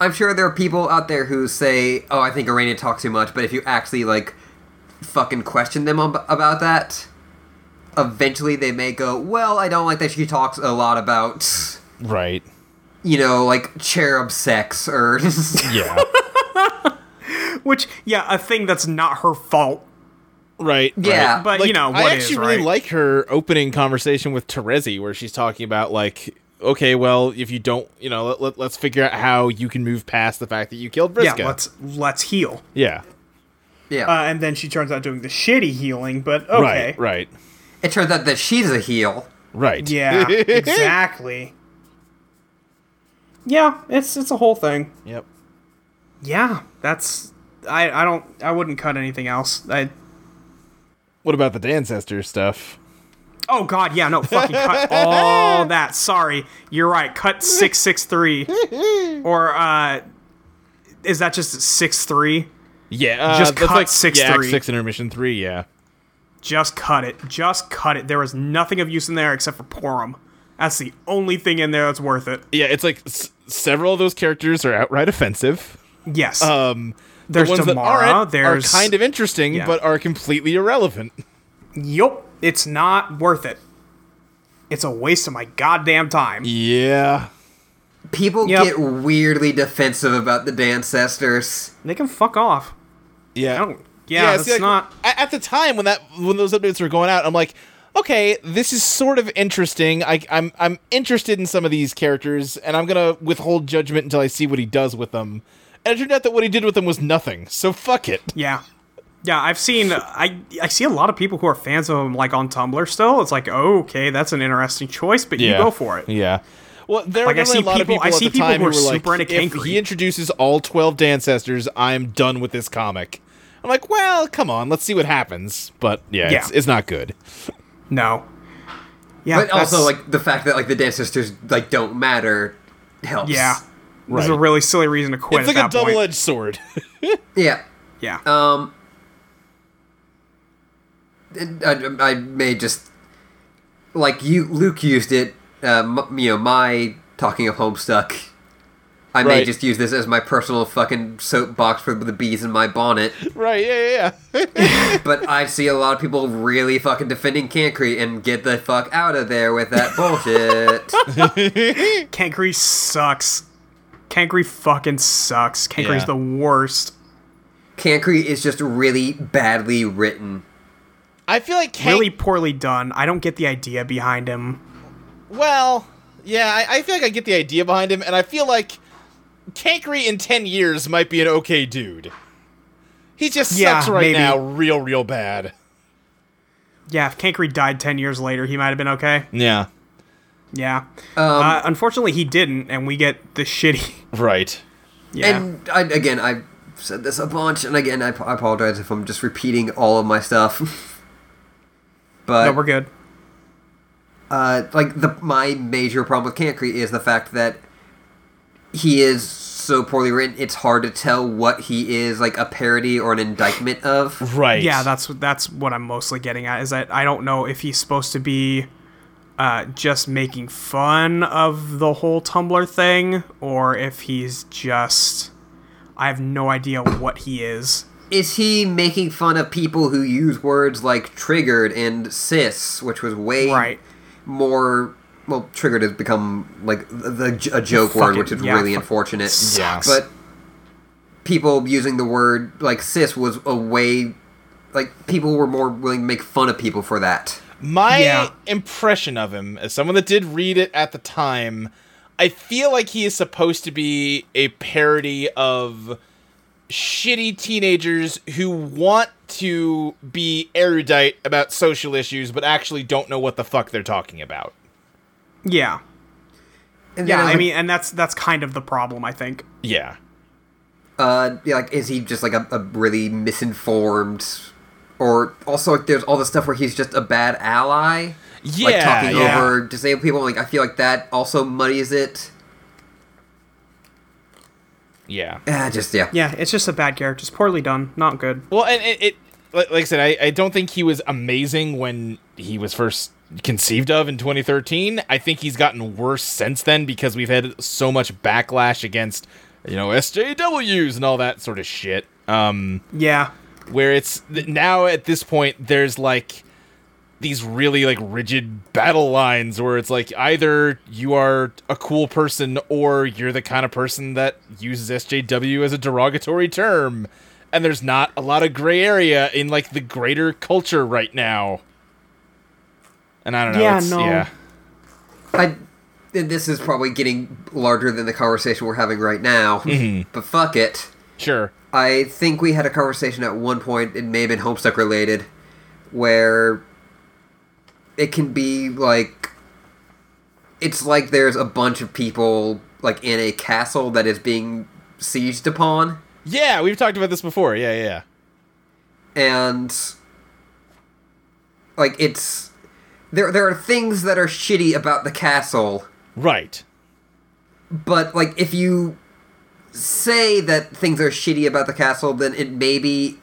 A: I'm sure there are people out there who say, "Oh, I think Iranian talks too much," but if you actually like fucking question them ab- about that, eventually they may go, "Well, I don't like that she talks a lot about,
C: Right.
A: you know, like cherub sex or
C: Yeah.
B: Which yeah, a thing that's not her fault.
C: right.
A: Yeah.
C: right.
B: But, you know,
C: I
B: what
C: actually
B: is,
C: really
B: right?
C: like her opening conversation with Terezi, where she's talking about like, okay, well, if you don't, you know, let, let, let's figure out how you can move past the fact that you killed Briska.
B: Yeah, let's let's heal.
C: yeah.
A: yeah."
B: Uh, and then she turns out doing the shitty healing, but okay.
C: Right. Right.
A: it turns out that she's a heel.
C: Right.
B: Yeah, exactly. Yeah, it's it's a whole thing.
C: yep.
B: Yeah, that's I I don't I wouldn't cut anything else. I
C: What about the ancestor stuff?
B: Oh god, yeah, no, fucking cut all that. Sorry. You're right. Cut 663 or uh is that just 63?
C: Yeah, uh,
B: Just
C: that's
B: cut
C: like
B: six
C: yeah, Act
B: three.
C: six intermission three. Yeah,
B: Just cut it. Just cut it. There is nothing of use in there except for Porum. That's the only thing in there that's worth it.
C: yeah. It's like s- several of those characters are outright offensive.
B: Yes.
C: Um,
B: there's
C: the ones that
B: Damara,
C: aren't
B: there's
C: are kind of interesting,
B: Yeah.
C: but are completely irrelevant.
B: Yup. It's not worth it. It's a waste of my goddamn time.
C: Yeah,
A: People
B: Yep.
A: get weirdly defensive about the Dancesters.
B: They can fuck off.
C: yeah.
B: I don't Oh, Yeah, that's
C: see, like,
B: not
C: a- at the time when that when those updates were going out. I'm like, okay, this is sort of interesting. I, I'm I'm interested in some of these characters, and I'm gonna withhold judgment until I see what he does with them. And it turned out that what he did with them was nothing. So fuck it.
B: Yeah. Yeah, I've seen I I see a lot of people who are fans of him like on Tumblr still. It's like, oh, okay, that's an interesting choice, but you go for it.
C: Yeah. Well, there
B: Like,
C: were
B: I
C: really
B: see
C: a lot of
B: people-
C: people
B: I
C: at
B: see
C: the
B: people
C: time
B: who
C: who
B: are
C: were like,
B: super into
C: if
B: Kankri."
C: he introduces all 12 Dancestors, I'm done with this comic. I'm like, well, come on, let's see what happens. But yeah, It's,
B: Yeah.
C: it's not good.
B: No. Yeah.
A: But also,
B: that's-
A: like the fact that like the Dancesters like don't matter helps.
B: Yeah. There's a really silly reason to quit.
C: It's like
B: at
C: a
B: that
C: double
B: point.
C: edged sword.
A: Yeah.
B: Yeah.
A: Um, I, I may just like you. Luke used it. Uh, m- you know, my talking of Homestuck. I may
C: Right.
A: just use this as my personal fucking soapbox for the bees in my bonnet.
C: right, yeah, yeah, yeah.
A: But I see a lot of people really fucking defending Cancri and get the fuck out of there with that bullshit.
B: Kankri sucks. Kankri fucking sucks. Kankri's
C: Yeah.
B: the worst.
A: Cancri is just really badly written.
C: I feel like Kank.
B: Really poorly done. I don't get the idea behind him.
C: Well, yeah, I, I feel like I get the idea behind him, and I feel like Kankri in 10 years might be an okay dude. He just
B: Yeah,
C: sucks right
B: maybe.
C: now, real, real bad.
B: Yeah, if Kankri died ten years later, he might have been okay.
C: Yeah,
B: Yeah. uh, unfortunately, he didn't, and we get the shitty.
C: right.
B: Yeah.
A: And I, again, I said this a bunch, and again, I, I apologize if I'm just repeating all of my stuff. but
B: no, we're good.
A: uh, like the my major problem with Cancri is the fact that he is so poorly written. It's hard to tell what he is like a parody or an indictment of.
C: Right.
B: Yeah, that's that's what I'm mostly getting at is that I don't know if he's supposed to be uh, just making fun of the whole Tumblr thing or if he's just I have no idea what he is.
A: Is he making fun of people who use words like triggered and cis, which was way
B: Right.
A: more well, triggered has become like the, the- a joke word,
B: Fucking-
A: which is
B: yeah,
A: really
B: fuck-
A: unfortunate.
C: sucks.
A: but people using the word like cis was a way like people were more willing to make fun of people for that.
C: My
B: Yeah.
C: impression of him, as someone that did read it at the time, I feel like he is supposed to be a parody of shitty teenagers who want to be erudite about social issues but actually don't know what the fuck they're talking about.
B: Yeah.
A: And
B: Yeah,
A: then,
B: I
A: like,
B: mean, and that's that's kind of the problem, I think.
C: Yeah.
A: uh, yeah, like is he just like a, a really misinformed, or also like there's all the stuff where he's just a bad ally,
C: Yeah.
A: like talking
C: yeah.
A: over disabled people. Like I feel like that also muddies it.
C: Yeah.
A: Ah, just yeah.
B: Yeah, it's just a bad character. It's poorly done. Not good.
C: Well, and it, it like like I said, I, I don't think he was amazing when he was first conceived of in 2013. I think he's gotten worse since then because we've had so much backlash against, you know, SJWs and all that sort of shit. Um,
B: Yeah.
C: where it's th- now at this point, there's like these really like rigid battle lines where it's like either you are a cool person or you're the kind of person that uses SJW as a derogatory term. And there's not a lot of gray area in like the greater culture right now. And I don't know.
B: Yeah,
C: it's,
B: no.
C: Yeah.
A: I and this is probably getting larger than the conversation we're having right now,
C: Mm-hmm.
A: but fuck it.
C: Sure.
A: I think we had a conversation at one point, it may have been Homestuck related, where it can be like it's like there's a bunch of people like in a castle that is being sieged upon,
C: Yeah, we've talked about this before. Yeah, yeah, yeah.
A: and like it's there. There are things that are shitty about the castle,
C: Right.
A: but like if you say that things are shitty about the castle then it maybe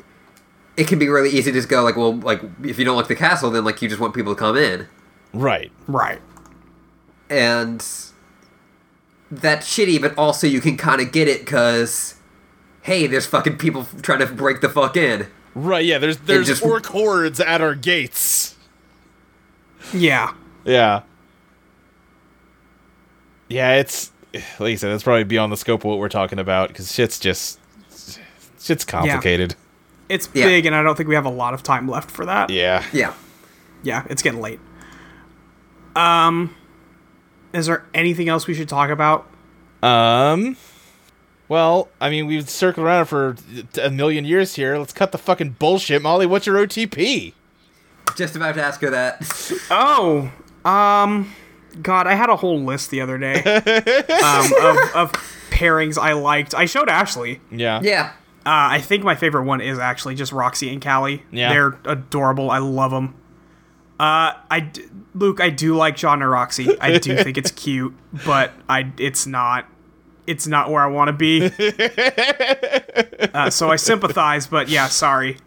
A: it can be really easy to just go like well like if you don't like the castle then like you just want people to come in
C: Right.
B: Right.
A: and that's shitty but also you can kind of get it because hey there's fucking people f- trying to break the fuck in
C: Right. Yeah, there's there's
A: just-
C: orc hordes at our gates.
B: Yeah.
C: Yeah. Yeah, it's like you said, that's probably beyond the scope of what we're talking about because shit's just shit's complicated.
B: It's
A: Yeah.
B: big, and I don't think we have a lot of time left for that.
C: Yeah.
A: yeah
B: Yeah, it's getting late. Um, is there anything else we should talk about?
C: Um. Well, I mean, we've circled around for a million years here. Let's cut the fucking bullshit, Molly. What's your OTP?
A: just about to ask her that
B: Oh, um, God, I had a whole list the other day um, of, of pairings I liked. I showed Ashley.
C: Yeah.
A: yeah
B: Uh, I think my favorite one is actually just Roxy and Callie.
C: Yeah.
B: They're adorable. I love them. Uh, I d- Luke, I do like John and Roxy. I do think it's cute, but I it's not it's not where I want to be. Uh, so I sympathize, but yeah, sorry.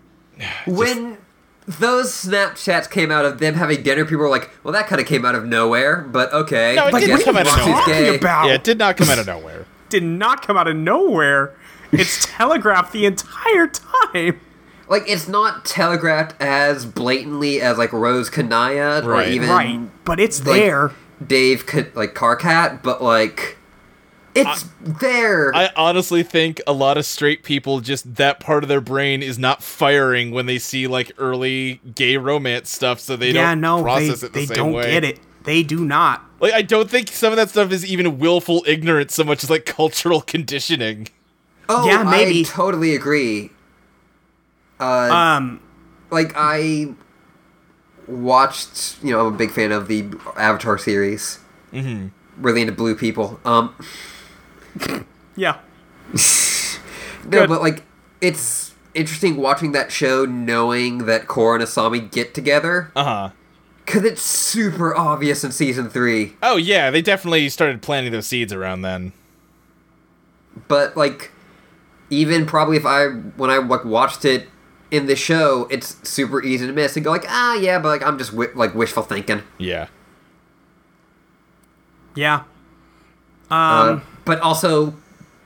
A: when those Snapchats came out of them having dinner, people were like, "Well, that kind of came out of nowhere." But okay,
C: No, it
A: I
C: didn't
A: guess
C: come out of
A: Roxy's
C: nowhere.
B: Talking
A: gay.
B: about
C: Yeah, it did not come out of nowhere.
B: did not come out of nowhere. It's telegraphed the entire time.
A: like it's not telegraphed as blatantly as like Rose Kanaya
C: Right.
A: or even
B: Right, but it's
A: like,
B: there.
A: Dave Ca- like Carcat, but like it's there.
C: I honestly think a lot of straight people just that part of their brain is not firing when they see like early gay romance stuff, so they
B: yeah,
C: don't
B: no, they,
C: process it the
B: they
C: same
B: don't
C: way.
B: get it. They do not.
C: Like I don't think some of that stuff is even willful ignorance so much as like cultural conditioning.
A: oh,
B: yeah, maybe.
A: I totally agree.
B: Um,
A: Like I watched, you know, I'm a big fan of the Avatar series. Mm-hmm. Really into blue people. Um,
B: yeah.
A: No,
B: Good.
A: but like it's interesting watching that show, knowing that Korra and Asami get together,
B: Uh.
C: Uh-huh.
A: because it's super obvious in season three.
C: Oh yeah, they definitely started planting those seeds around then.
A: But like, even probably if I when I like watched it in the show, it's super easy to miss and go like, ah, yeah, but like I'm just wi- like wishful thinking.
C: Yeah.
B: Yeah. Um.
A: Uh, but also,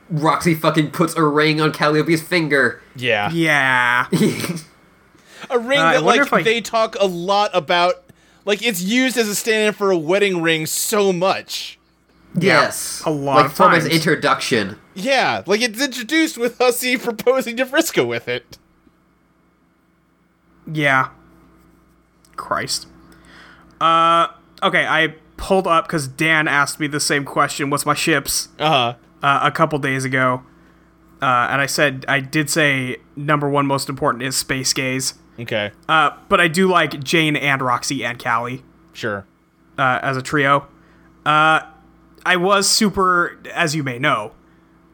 A: Roxy fucking puts a ring on Calliope's finger.
C: Yeah.
B: Yeah.
C: A ring
B: Uh, I
C: that
B: wonder
C: like
B: if I-
C: they talk a lot about like it's used as a stand-in for a wedding ring so much.
A: yes.
B: a lot
A: Like
B: of
A: from his
B: times.
A: introduction.
C: Yeah, like it's introduced with Hussey proposing to Frisco with it.
B: Yeah. Christ. Uh, okay, I pulled up because Dan asked me the same question. What's my ships?
C: Uh-huh.
B: Uh, a couple days ago, uh, and I said I did say number one most important is space gaze.
C: Okay.
B: Uh, but I do like Jane and Roxy and Callie
C: sure.
B: uh, as a trio. Uh, I was super, as you may know,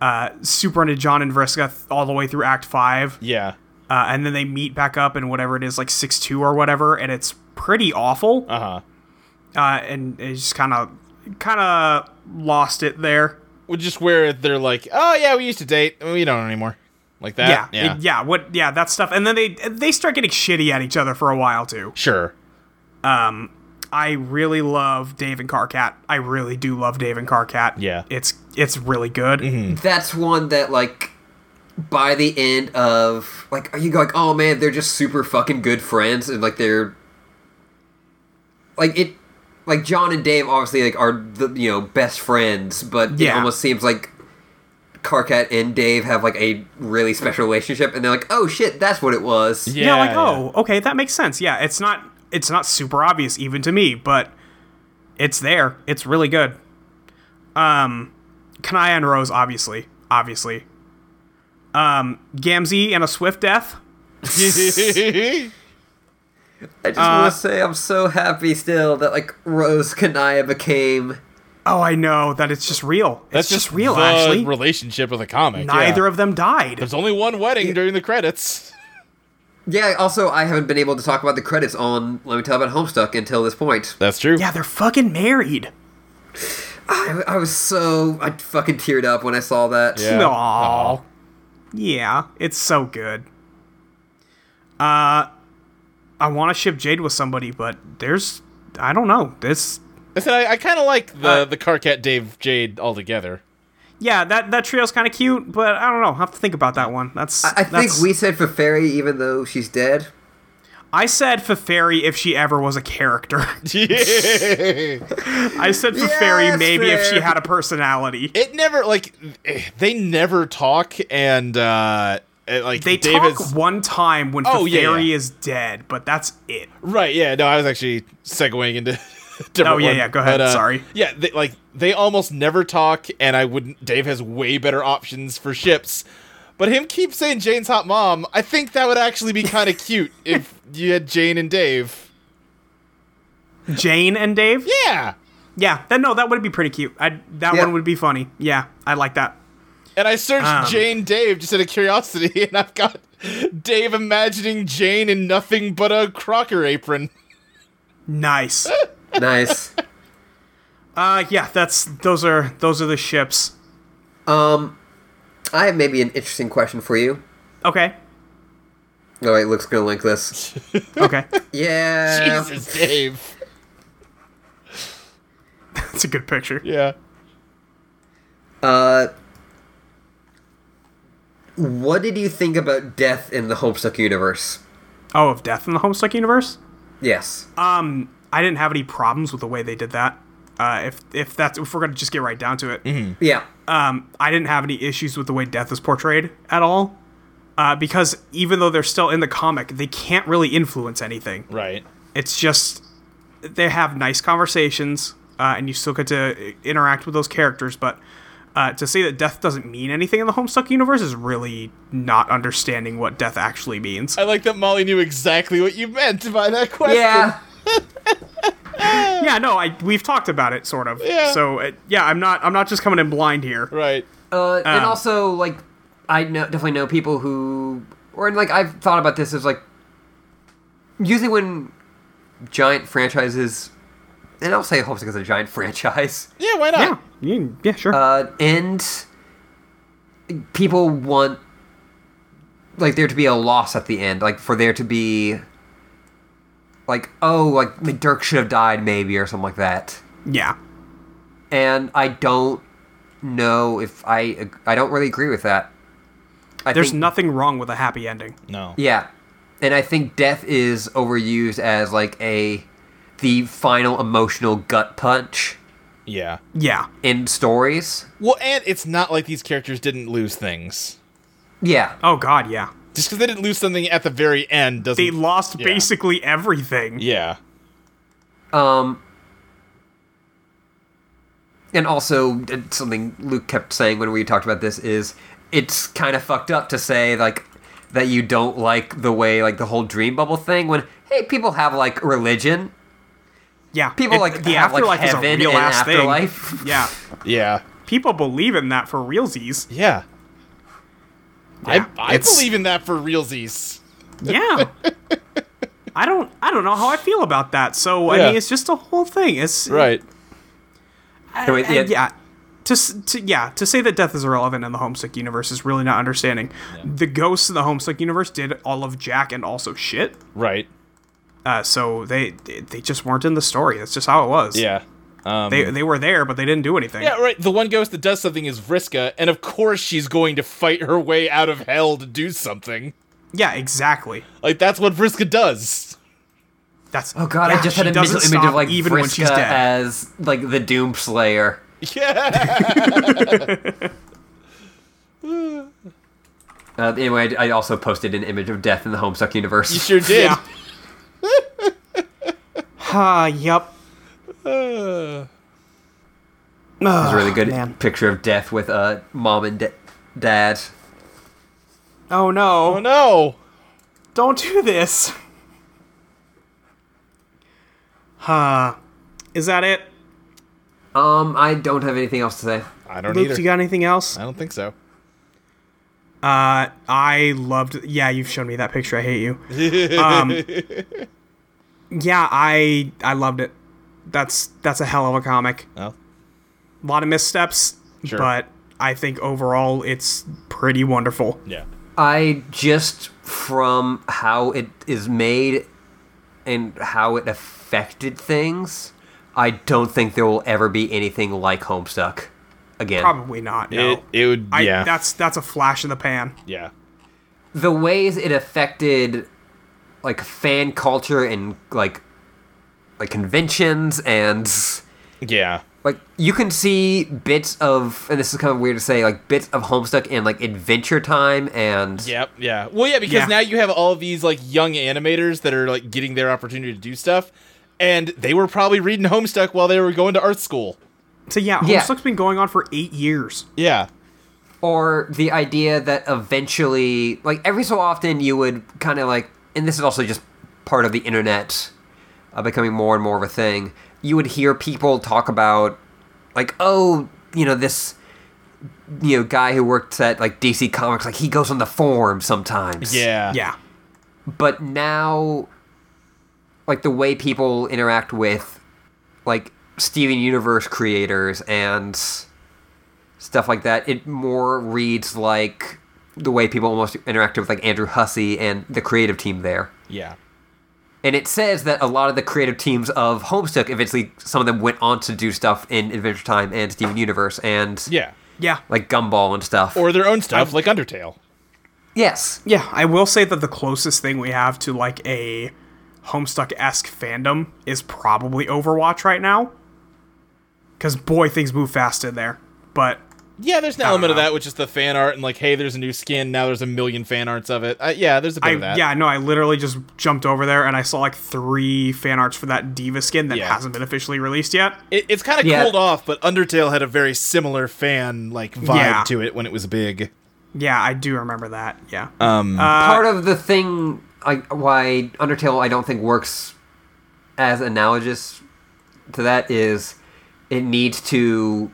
B: uh, super into John and Vriska th- all the way through Act Five.
C: Yeah.
B: uh, and then they meet back up in whatever it is, like six two or whatever, and it's pretty awful.
C: Uh-huh.
B: Uh, and it's just kind of, kind of lost it there.
C: Which just where they're like, "Oh yeah, we used to date. We don't anymore." Like
B: Yeah,
C: that.
B: yeah, it, yeah. What? Yeah, that stuff. And then they they start getting shitty at each other for a while too.
C: Sure.
B: I really love Dave and Carcat. I really do love Dave and Carcat.
C: Yeah.
B: it's it's really good.
A: That's one that like by the end of like are you go, like oh man they're just super fucking good friends and like they're like it like John and Dave obviously like are the you know best friends but it
B: Yeah.
A: almost seems like Carcat and Dave have like a really special relationship and they're like oh shit that's what it was
B: Yeah, like oh, okay, that makes sense. Yeah, it's not it's not super obvious even to me, but it's there. It's really good. Um, Kanaya and Rose, obviously, obviously. Um, Gamzee and a swift death.
C: yeah.
A: I just want to say I'm so happy still that like Rose Kanaya became
B: Oh, I know that it's just real.
C: That's
B: it's just, real,
C: the
B: actually.
C: relationship with a comic.
B: Neither
C: yeah.
B: of them died.
C: There's only one wedding during the credits.
A: yeah also I haven't been able to talk about the credits on Let Me Tell About Homestuck until this point
C: That's true.
B: Yeah, they're fucking married.
A: I, I was so I fucking teared up when I saw that.
C: Yeah.
B: Aw. Yeah, it's so good. Uh, I want to ship Jade with somebody, but there's, I don't know. This,
C: I said I, I kind of like the
B: Uh,
C: the Carcat Dave Jade altogether.
B: yeah, that that trio's kind of cute, but I don't know. I'll have to think about that one. That's,
A: I, I think
B: that's-
A: we said for Fairy, even though she's dead.
B: I said Feferi if she ever was a character.
C: it
B: I said Feferi
A: Yes,
B: maybe if she
A: man.
B: had a personality.
C: never like eh, they never talk and uh eh, like
B: They
C: David's
B: talk one time when
C: Oh,
B: oh,
C: yeah, yeah.
B: is dead, but that's it.
C: right. Yeah, no, I was actually segueing into. a different
B: Oh, yeah,
C: one,
B: yeah, go ahead,
C: but, uh,
B: sorry.
C: Yeah, they, like they almost never talk, and I wouldn't. Dave has way better options for ships, but him keep saying Jane's hot mom. I think that would actually be kind of cute if you had Jane and Dave.
B: Jane and Dave.
C: Yeah,
B: Yeah, that no, that would be pretty cute. I that
A: Yeah.
B: one would be funny. Yeah, I like that.
C: And I searched
B: Um.
C: Jane Dave just out of curiosity, and I've got Dave imagining Jane in nothing but a Crocker apron.
B: Nice.
A: Nice.
B: Uh, yeah, that's those are those are the ships.
A: um, I have maybe an interesting question for you.
B: Okay.
A: Oh, wait, Luke's gonna link this.
B: Okay.
A: Yeah.
C: Jesus, Dave.
B: that's a good picture.
C: Yeah.
A: Uh, what did you think about death in the Homestuck universe?
B: Oh, of death in the Homestuck universe.
A: Yes.
B: Um, I didn't have any problems with the way they did that. Uh, if if that's if we're gonna just get right down to it,
A: yeah.
B: um, I didn't have any issues with the way death is portrayed at all. Uh, because even though they're still in the comic, they can't really influence anything.
C: Right.
B: it's just they have nice conversations uh, and you still get to interact with those characters but uh, to say that death doesn't mean anything in the homestuck universe is really not understanding what death actually means
A: Uh,
C: I like that Molly knew exactly what you meant by that question.
A: yeah.
B: yeah no I, we've talked about it sort of
C: Yeah.
B: so uh, yeah i'm not i'm not just coming in blind here
C: Right.
A: Uh, and
B: Um,
A: also, like, I know definitely know people who, or and like I've thought about this as like, usually when giant franchises, and I'll say Homestuck is a giant franchise,
C: Yeah, why not?
B: yeah you- yeah sure
A: uh, and people want like there to be a loss at the end, like for there to be, like oh, like Dirk should have died maybe or something like that
B: yeah
A: and I don't know if I ag- I don't really agree with that. I
B: There's
A: think-
B: nothing wrong with a happy ending.
C: No.
A: Yeah, and I think death is overused as like a the final emotional gut punch
C: Yeah.
B: Yeah.
A: in stories.
C: Well, and it's not like these characters didn't lose things.
A: Yeah,
B: Oh God, yeah.
C: Just because they didn't lose something at the very end doesn't.
B: They lost
C: Yeah.
B: basically everything.
C: Yeah.
A: Um, and also uh, something Luke kept saying when we talked about this is it's kind of fucked up to say like that you don't like the way like the whole dream bubble thing when hey people have like religion
B: Yeah.
A: people
B: It-
A: like
B: the
A: have,
B: afterlife
A: like, heaven
B: is a real
A: and
B: ass
A: afterlife.
B: thing. Yeah.
C: Yeah.
B: People believe in that for realsies.
C: Yeah.
B: Yeah,
C: I, I
E: it's-
C: believe in that for realsies.
B: Yeah. I don't I don't know how I feel about that. So I
C: Yeah.
B: mean it's just a whole thing. It's
C: Right.
B: I-
A: I mean,
B: I-
A: yeah.
B: yeah. To, s- to, yeah, to say that death is irrelevant in the Homesick universe is really not understanding. The ghosts of the Homesick universe did all of Jack and also shit,
C: Right.
B: uh, so they they just weren't in the story. That's just how it was.
C: Yeah. Um,
B: they they were there, but they didn't do anything.
C: yeah, right. The one ghost that does something is Vriska, and of course she's going to fight her way out of hell to do something.
B: Yeah, exactly.
C: Like, that's what Vriska does.
B: That's
A: oh god
B: yeah,
A: I just
B: she
A: had a
B: doesn't
A: mental image
B: stop
A: of like
B: even when she's
A: Vriska
B: dead.
A: as like the Doom Slayer
C: Yeah.
A: uh, anyway I, I also posted an image of death in the Homestuck universe
C: you sure did.
B: Yeah. Ah, yep.
C: Uh,
A: It's a really good
B: man.
A: picture of death with uh mom and da- dad
B: Oh no!
C: oh, no.
B: Don't do this. Huh? Is that it?
A: Um, I don't have anything else to say.
C: I don't
B: Luke,
C: either.
B: you got anything else?
C: I don't think so.
B: Uh, I loved. Yeah, you've shown me that picture. I hate you. Um, yeah, I I loved it. That's that's a hell of a comic.
C: Well,
B: A lot of missteps,
C: Sure.
B: but I think overall it's pretty wonderful.
C: yeah.
A: I just from how it is made and how it affected things, I don't think there will ever be anything like Homestuck again.
B: Probably not. No.
C: It, it would,
B: I,
C: yeah.
B: That's that's a flash in the pan.
C: yeah.
A: The ways it affected like fan culture and like like conventions and
C: Yeah.
A: like you can see bits of and this is kind of weird to say like bits of Homestuck and like Adventure Time and
C: Yep, yeah. Well, yeah, because
B: Yeah.
C: now you have all of these like young animators that are like getting their opportunity to do stuff, and they were probably reading Homestuck while they were going to art school.
B: So yeah,
A: Yeah.
B: Homestuck's been going on for eight years.
C: Yeah,
A: or the idea that eventually like every so often you would kind of like and this is also just part of the internet uh, becoming more and more of a thing you would hear people talk about like oh you know this you know guy who works at like dc comics like he goes on the forum sometimes
C: yeah,
B: Yeah.
A: but now like the way people interact with like steven universe creators and stuff like that it more reads like the way people almost interact with like andrew hussey and the creative team there
C: yeah,
A: and it says that a lot of the creative teams of homestuck eventually some of them went on to do stuff in adventure time and steven universe and
C: yeah. Um,
B: Yeah.
A: like gumball and stuff
C: Or their own stuff, like Undertale.
A: yes
B: Yeah, I will say that the closest thing we have to like a Homestuck esque fandom is probably Overwatch right now. Because boy, things move fast in there. But
C: Yeah, there's an element of
B: know.
C: that, which is the fan art, and like, hey, there's a new skin. Now there's a million fan arts of it. Uh, yeah, there's a bit
B: I
C: of that.
B: yeah, no, I literally just jumped over there and I saw like three fan arts for that Diva skin that
C: Yeah.
B: hasn't been officially released yet.
C: It, it's kind of
A: Yeah.
C: cooled off, but Undertale had a very similar fan like vibe
B: Yeah.
C: to it when it was big.
B: Yeah, I do remember that. Yeah.
C: Um,
A: part of the thing I, why Undertale I don't think works as analogous to that is it needs to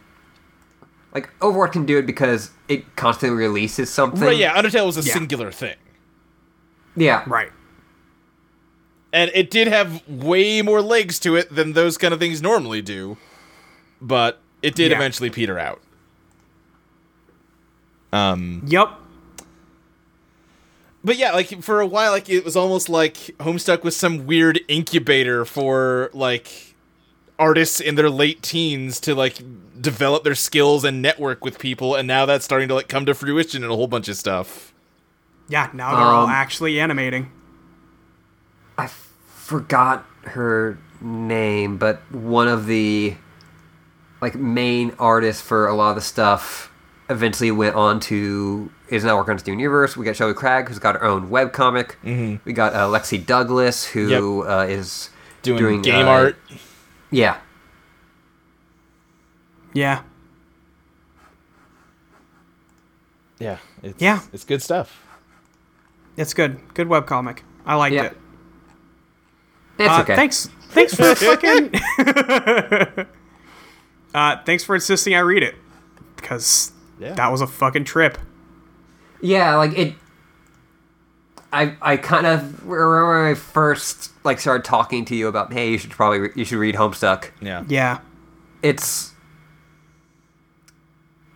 A: like Overwatch can do it because it constantly releases something.
C: right, yeah, Undertale was a
B: Yeah.
C: singular thing.
A: Yeah.
B: right.
C: and it did have way more legs to it than those kind of things normally do but it did
B: Yeah.
C: eventually peter out
B: Yep.
C: but yeah like for a while like it was almost like homestuck was some weird incubator for like artists in their late teens to like develop their skills and network with people, and now that's starting to like come to fruition in a whole bunch of stuff.
B: Yeah, now they're all
A: Um,
B: actually animating.
A: I f- forgot her name, but one of the like main artists for a lot of the stuff eventually went on to is now working on Steven Universe. We got Shelby Cragg, who's got her own webcomic. Mm-hmm. We got uh, Lexi Douglas, who uh, is
C: Doing,
A: Doing,
C: game
A: uh,
C: art.
A: yeah.
B: Yeah.
C: Yeah. It's,
B: Yeah.
C: It's good stuff.
B: It's good. Good webcomic. I liked
A: Yeah.
B: it.
A: It's
B: Uh,
A: okay.
B: Thanks. Thanks for fucking. uh, thanks for insisting I read it, because
C: Yeah.
B: that was a fucking trip.
A: Yeah, like it. I I kind of remember when I first like started talking to you about hey you should probably re- you should read Homestuck.
C: Yeah.
B: Yeah.
A: It's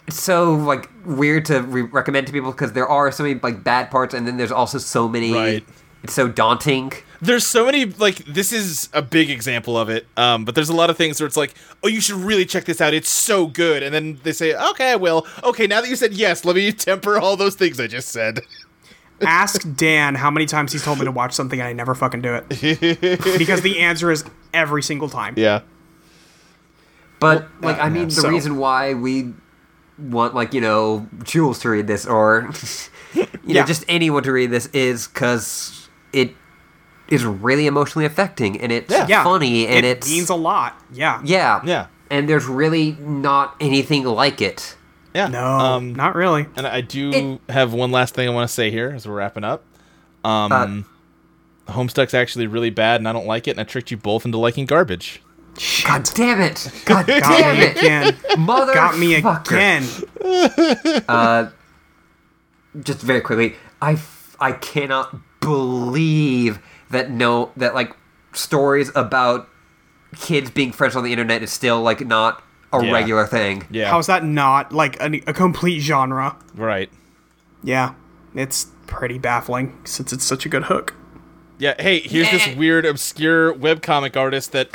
A: it's so like weird to re- recommend to people because there are so many like bad parts and then there's also so many.
C: Right.
A: It's so daunting.
C: there's so many like this is a big example of it um, but there's a lot of things where it's like oh you should really check this out it's so good and then they say okay i will okay now that you said yes let me temper all those things i just said
B: Ask Dan how many times he's told me to watch something and I never fucking do it, because the answer is every single time.
C: yeah
A: But like I mean the
B: so-
A: reason why we want like you know Jules to read this or you
B: Yeah.
A: know just anyone to read this is because it is really emotionally affecting and it's
C: Yeah.
B: Yeah.
A: funny and
B: it
A: it's
B: means a lot. Yeah.
A: yeah
C: Yeah.
A: and there's really not anything like it.
C: yeah
B: No,
C: um,
B: not really.
C: and i do have one last thing i want to say here as we're wrapping up um, homestuck's actually really bad and i don't like it and i tricked you both into liking garbage
A: God damn it! God
B: Got
A: damn
B: me
A: it!
B: again.
A: Mother
B: Got me again.
A: just very quickly, I, f- I cannot believe that no that like stories about kids being friends on the internet is still like not a
C: Yeah.
A: regular thing.
C: yeah
B: How's that not like a, a complete genre?
C: right
B: Yeah, it's pretty baffling since it's such a good hook.
C: Yeah, hey, here's this weird, obscure webcomic artist that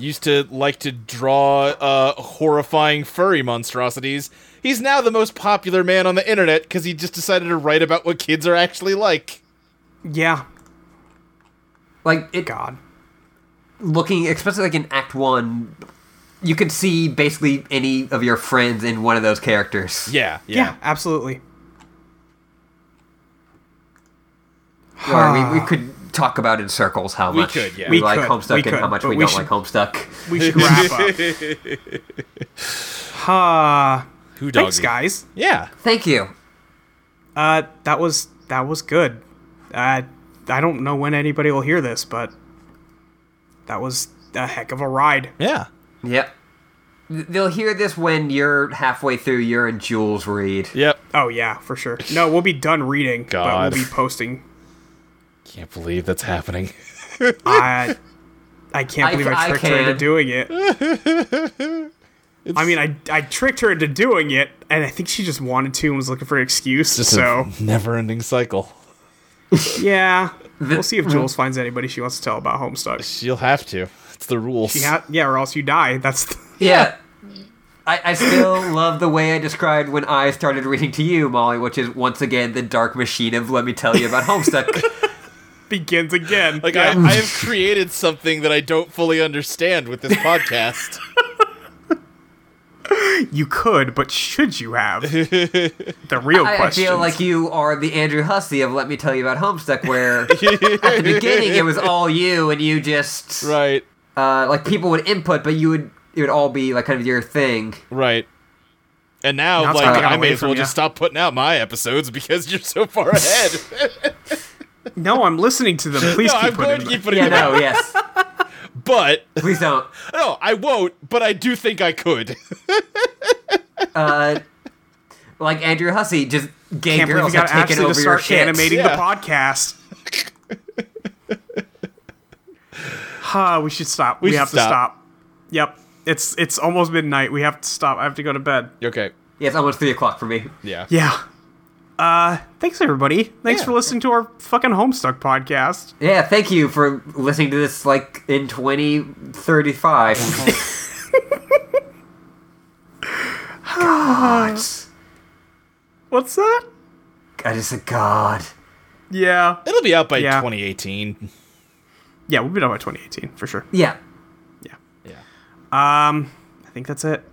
C: used to like to draw uh, horrifying furry monstrosities. He's now the most popular man on the internet because he just decided to write about what kids are actually like.
B: Yeah,
A: Like it
B: God.
A: looking especially like in Act One, you could see basically any of your friends in one of those characters.
C: Yeah,
B: Yeah, absolutely.
A: Or we, we could talk about in circles how
C: We
A: much
C: could, yeah.
A: we,
B: We
A: like
B: could,
A: Homestuck
B: we
A: and how
B: could,
A: much
B: but
A: we,
B: we
A: don't
B: should-
A: like Homestuck.
B: We should wrap up. Ha!
C: Who doggy?
B: thanks, guys.
C: Yeah,
A: Thank you.
B: Uh, that was that was good. Uh, I don't know when anybody will hear this, but that was a heck of a ride.
C: yeah,
A: Yep. Th- They'll hear this when you're halfway through your and Jules read.
C: yep.
B: Oh yeah, for sure. No, we'll be done reading,
C: God.
B: but we'll be posting.
C: Can't believe that's happening.
B: I I can't
A: I-
B: believe I,
A: I
B: tricked her into
A: can.
B: doing it. I mean, I I tricked her into doing it, and I think she just wanted to and was looking for an excuse. so
C: never-ending cycle.
B: yeah, we'll see if Jules finds anybody she wants to tell about Homestuck.
C: She'll have to. It's the rules.
B: Yeah, yeah, or else you die. That's
A: Yeah. I, I still love the way I described when I started reading to you, Molly, which is once again the dark machine of let me tell you about Homestuck.
B: begins again.
C: Like
B: Yeah.
C: I, I have created something that I don't fully understand with this podcast.
B: you could, but should you have? the real
A: I, I
B: question.
A: feel like you are the Andrew Hussey of Let Me Tell You About Homestuck, where at the beginning it was all you and you just
C: right.
A: uh, like people would input, but you would it would all be like kind of your thing.
C: Right. And now,
B: Now it's
C: like,
B: kinda
C: I
B: gotten
C: may
B: away
C: as well
B: from ya.
C: just stop putting out my episodes because you're so far ahead.
B: no, I'm listening to them. Please
C: no,
B: keep
C: I'm
B: putting
C: going to
B: them.
C: keep putting
A: Yeah,
C: them out.
A: no, yes,
C: But
A: please don't.
C: no, I won't. But I do think I could.
A: Uh, like Andrew Hussey, just gay
B: Can't believe you
A: girls have
B: got
A: taken
B: Ashley
A: over
B: to
A: your
B: start
A: shit.
B: animating
C: Yeah.
B: the podcast. Ha, we should stop. We,
C: should
B: have
C: stop.
B: to stop. Yep. It's it's almost midnight. We have to stop. I have to go to bed.
C: okay.
A: Yeah, it's almost three o'clock for me.
C: Yeah.
B: Yeah. Uh, thanks everybody. Thanks
C: Yeah.
B: for listening to our fucking Homestuck podcast.
A: Yeah, thank you for listening to this. Like in twenty thirty-five. God.
B: What's that?
A: God is a god.
B: Yeah.
C: It'll be out by
B: Yeah.
C: 2018.
B: Yeah, we'll be done by 2018 for sure.
A: Yeah.
B: I think that's it.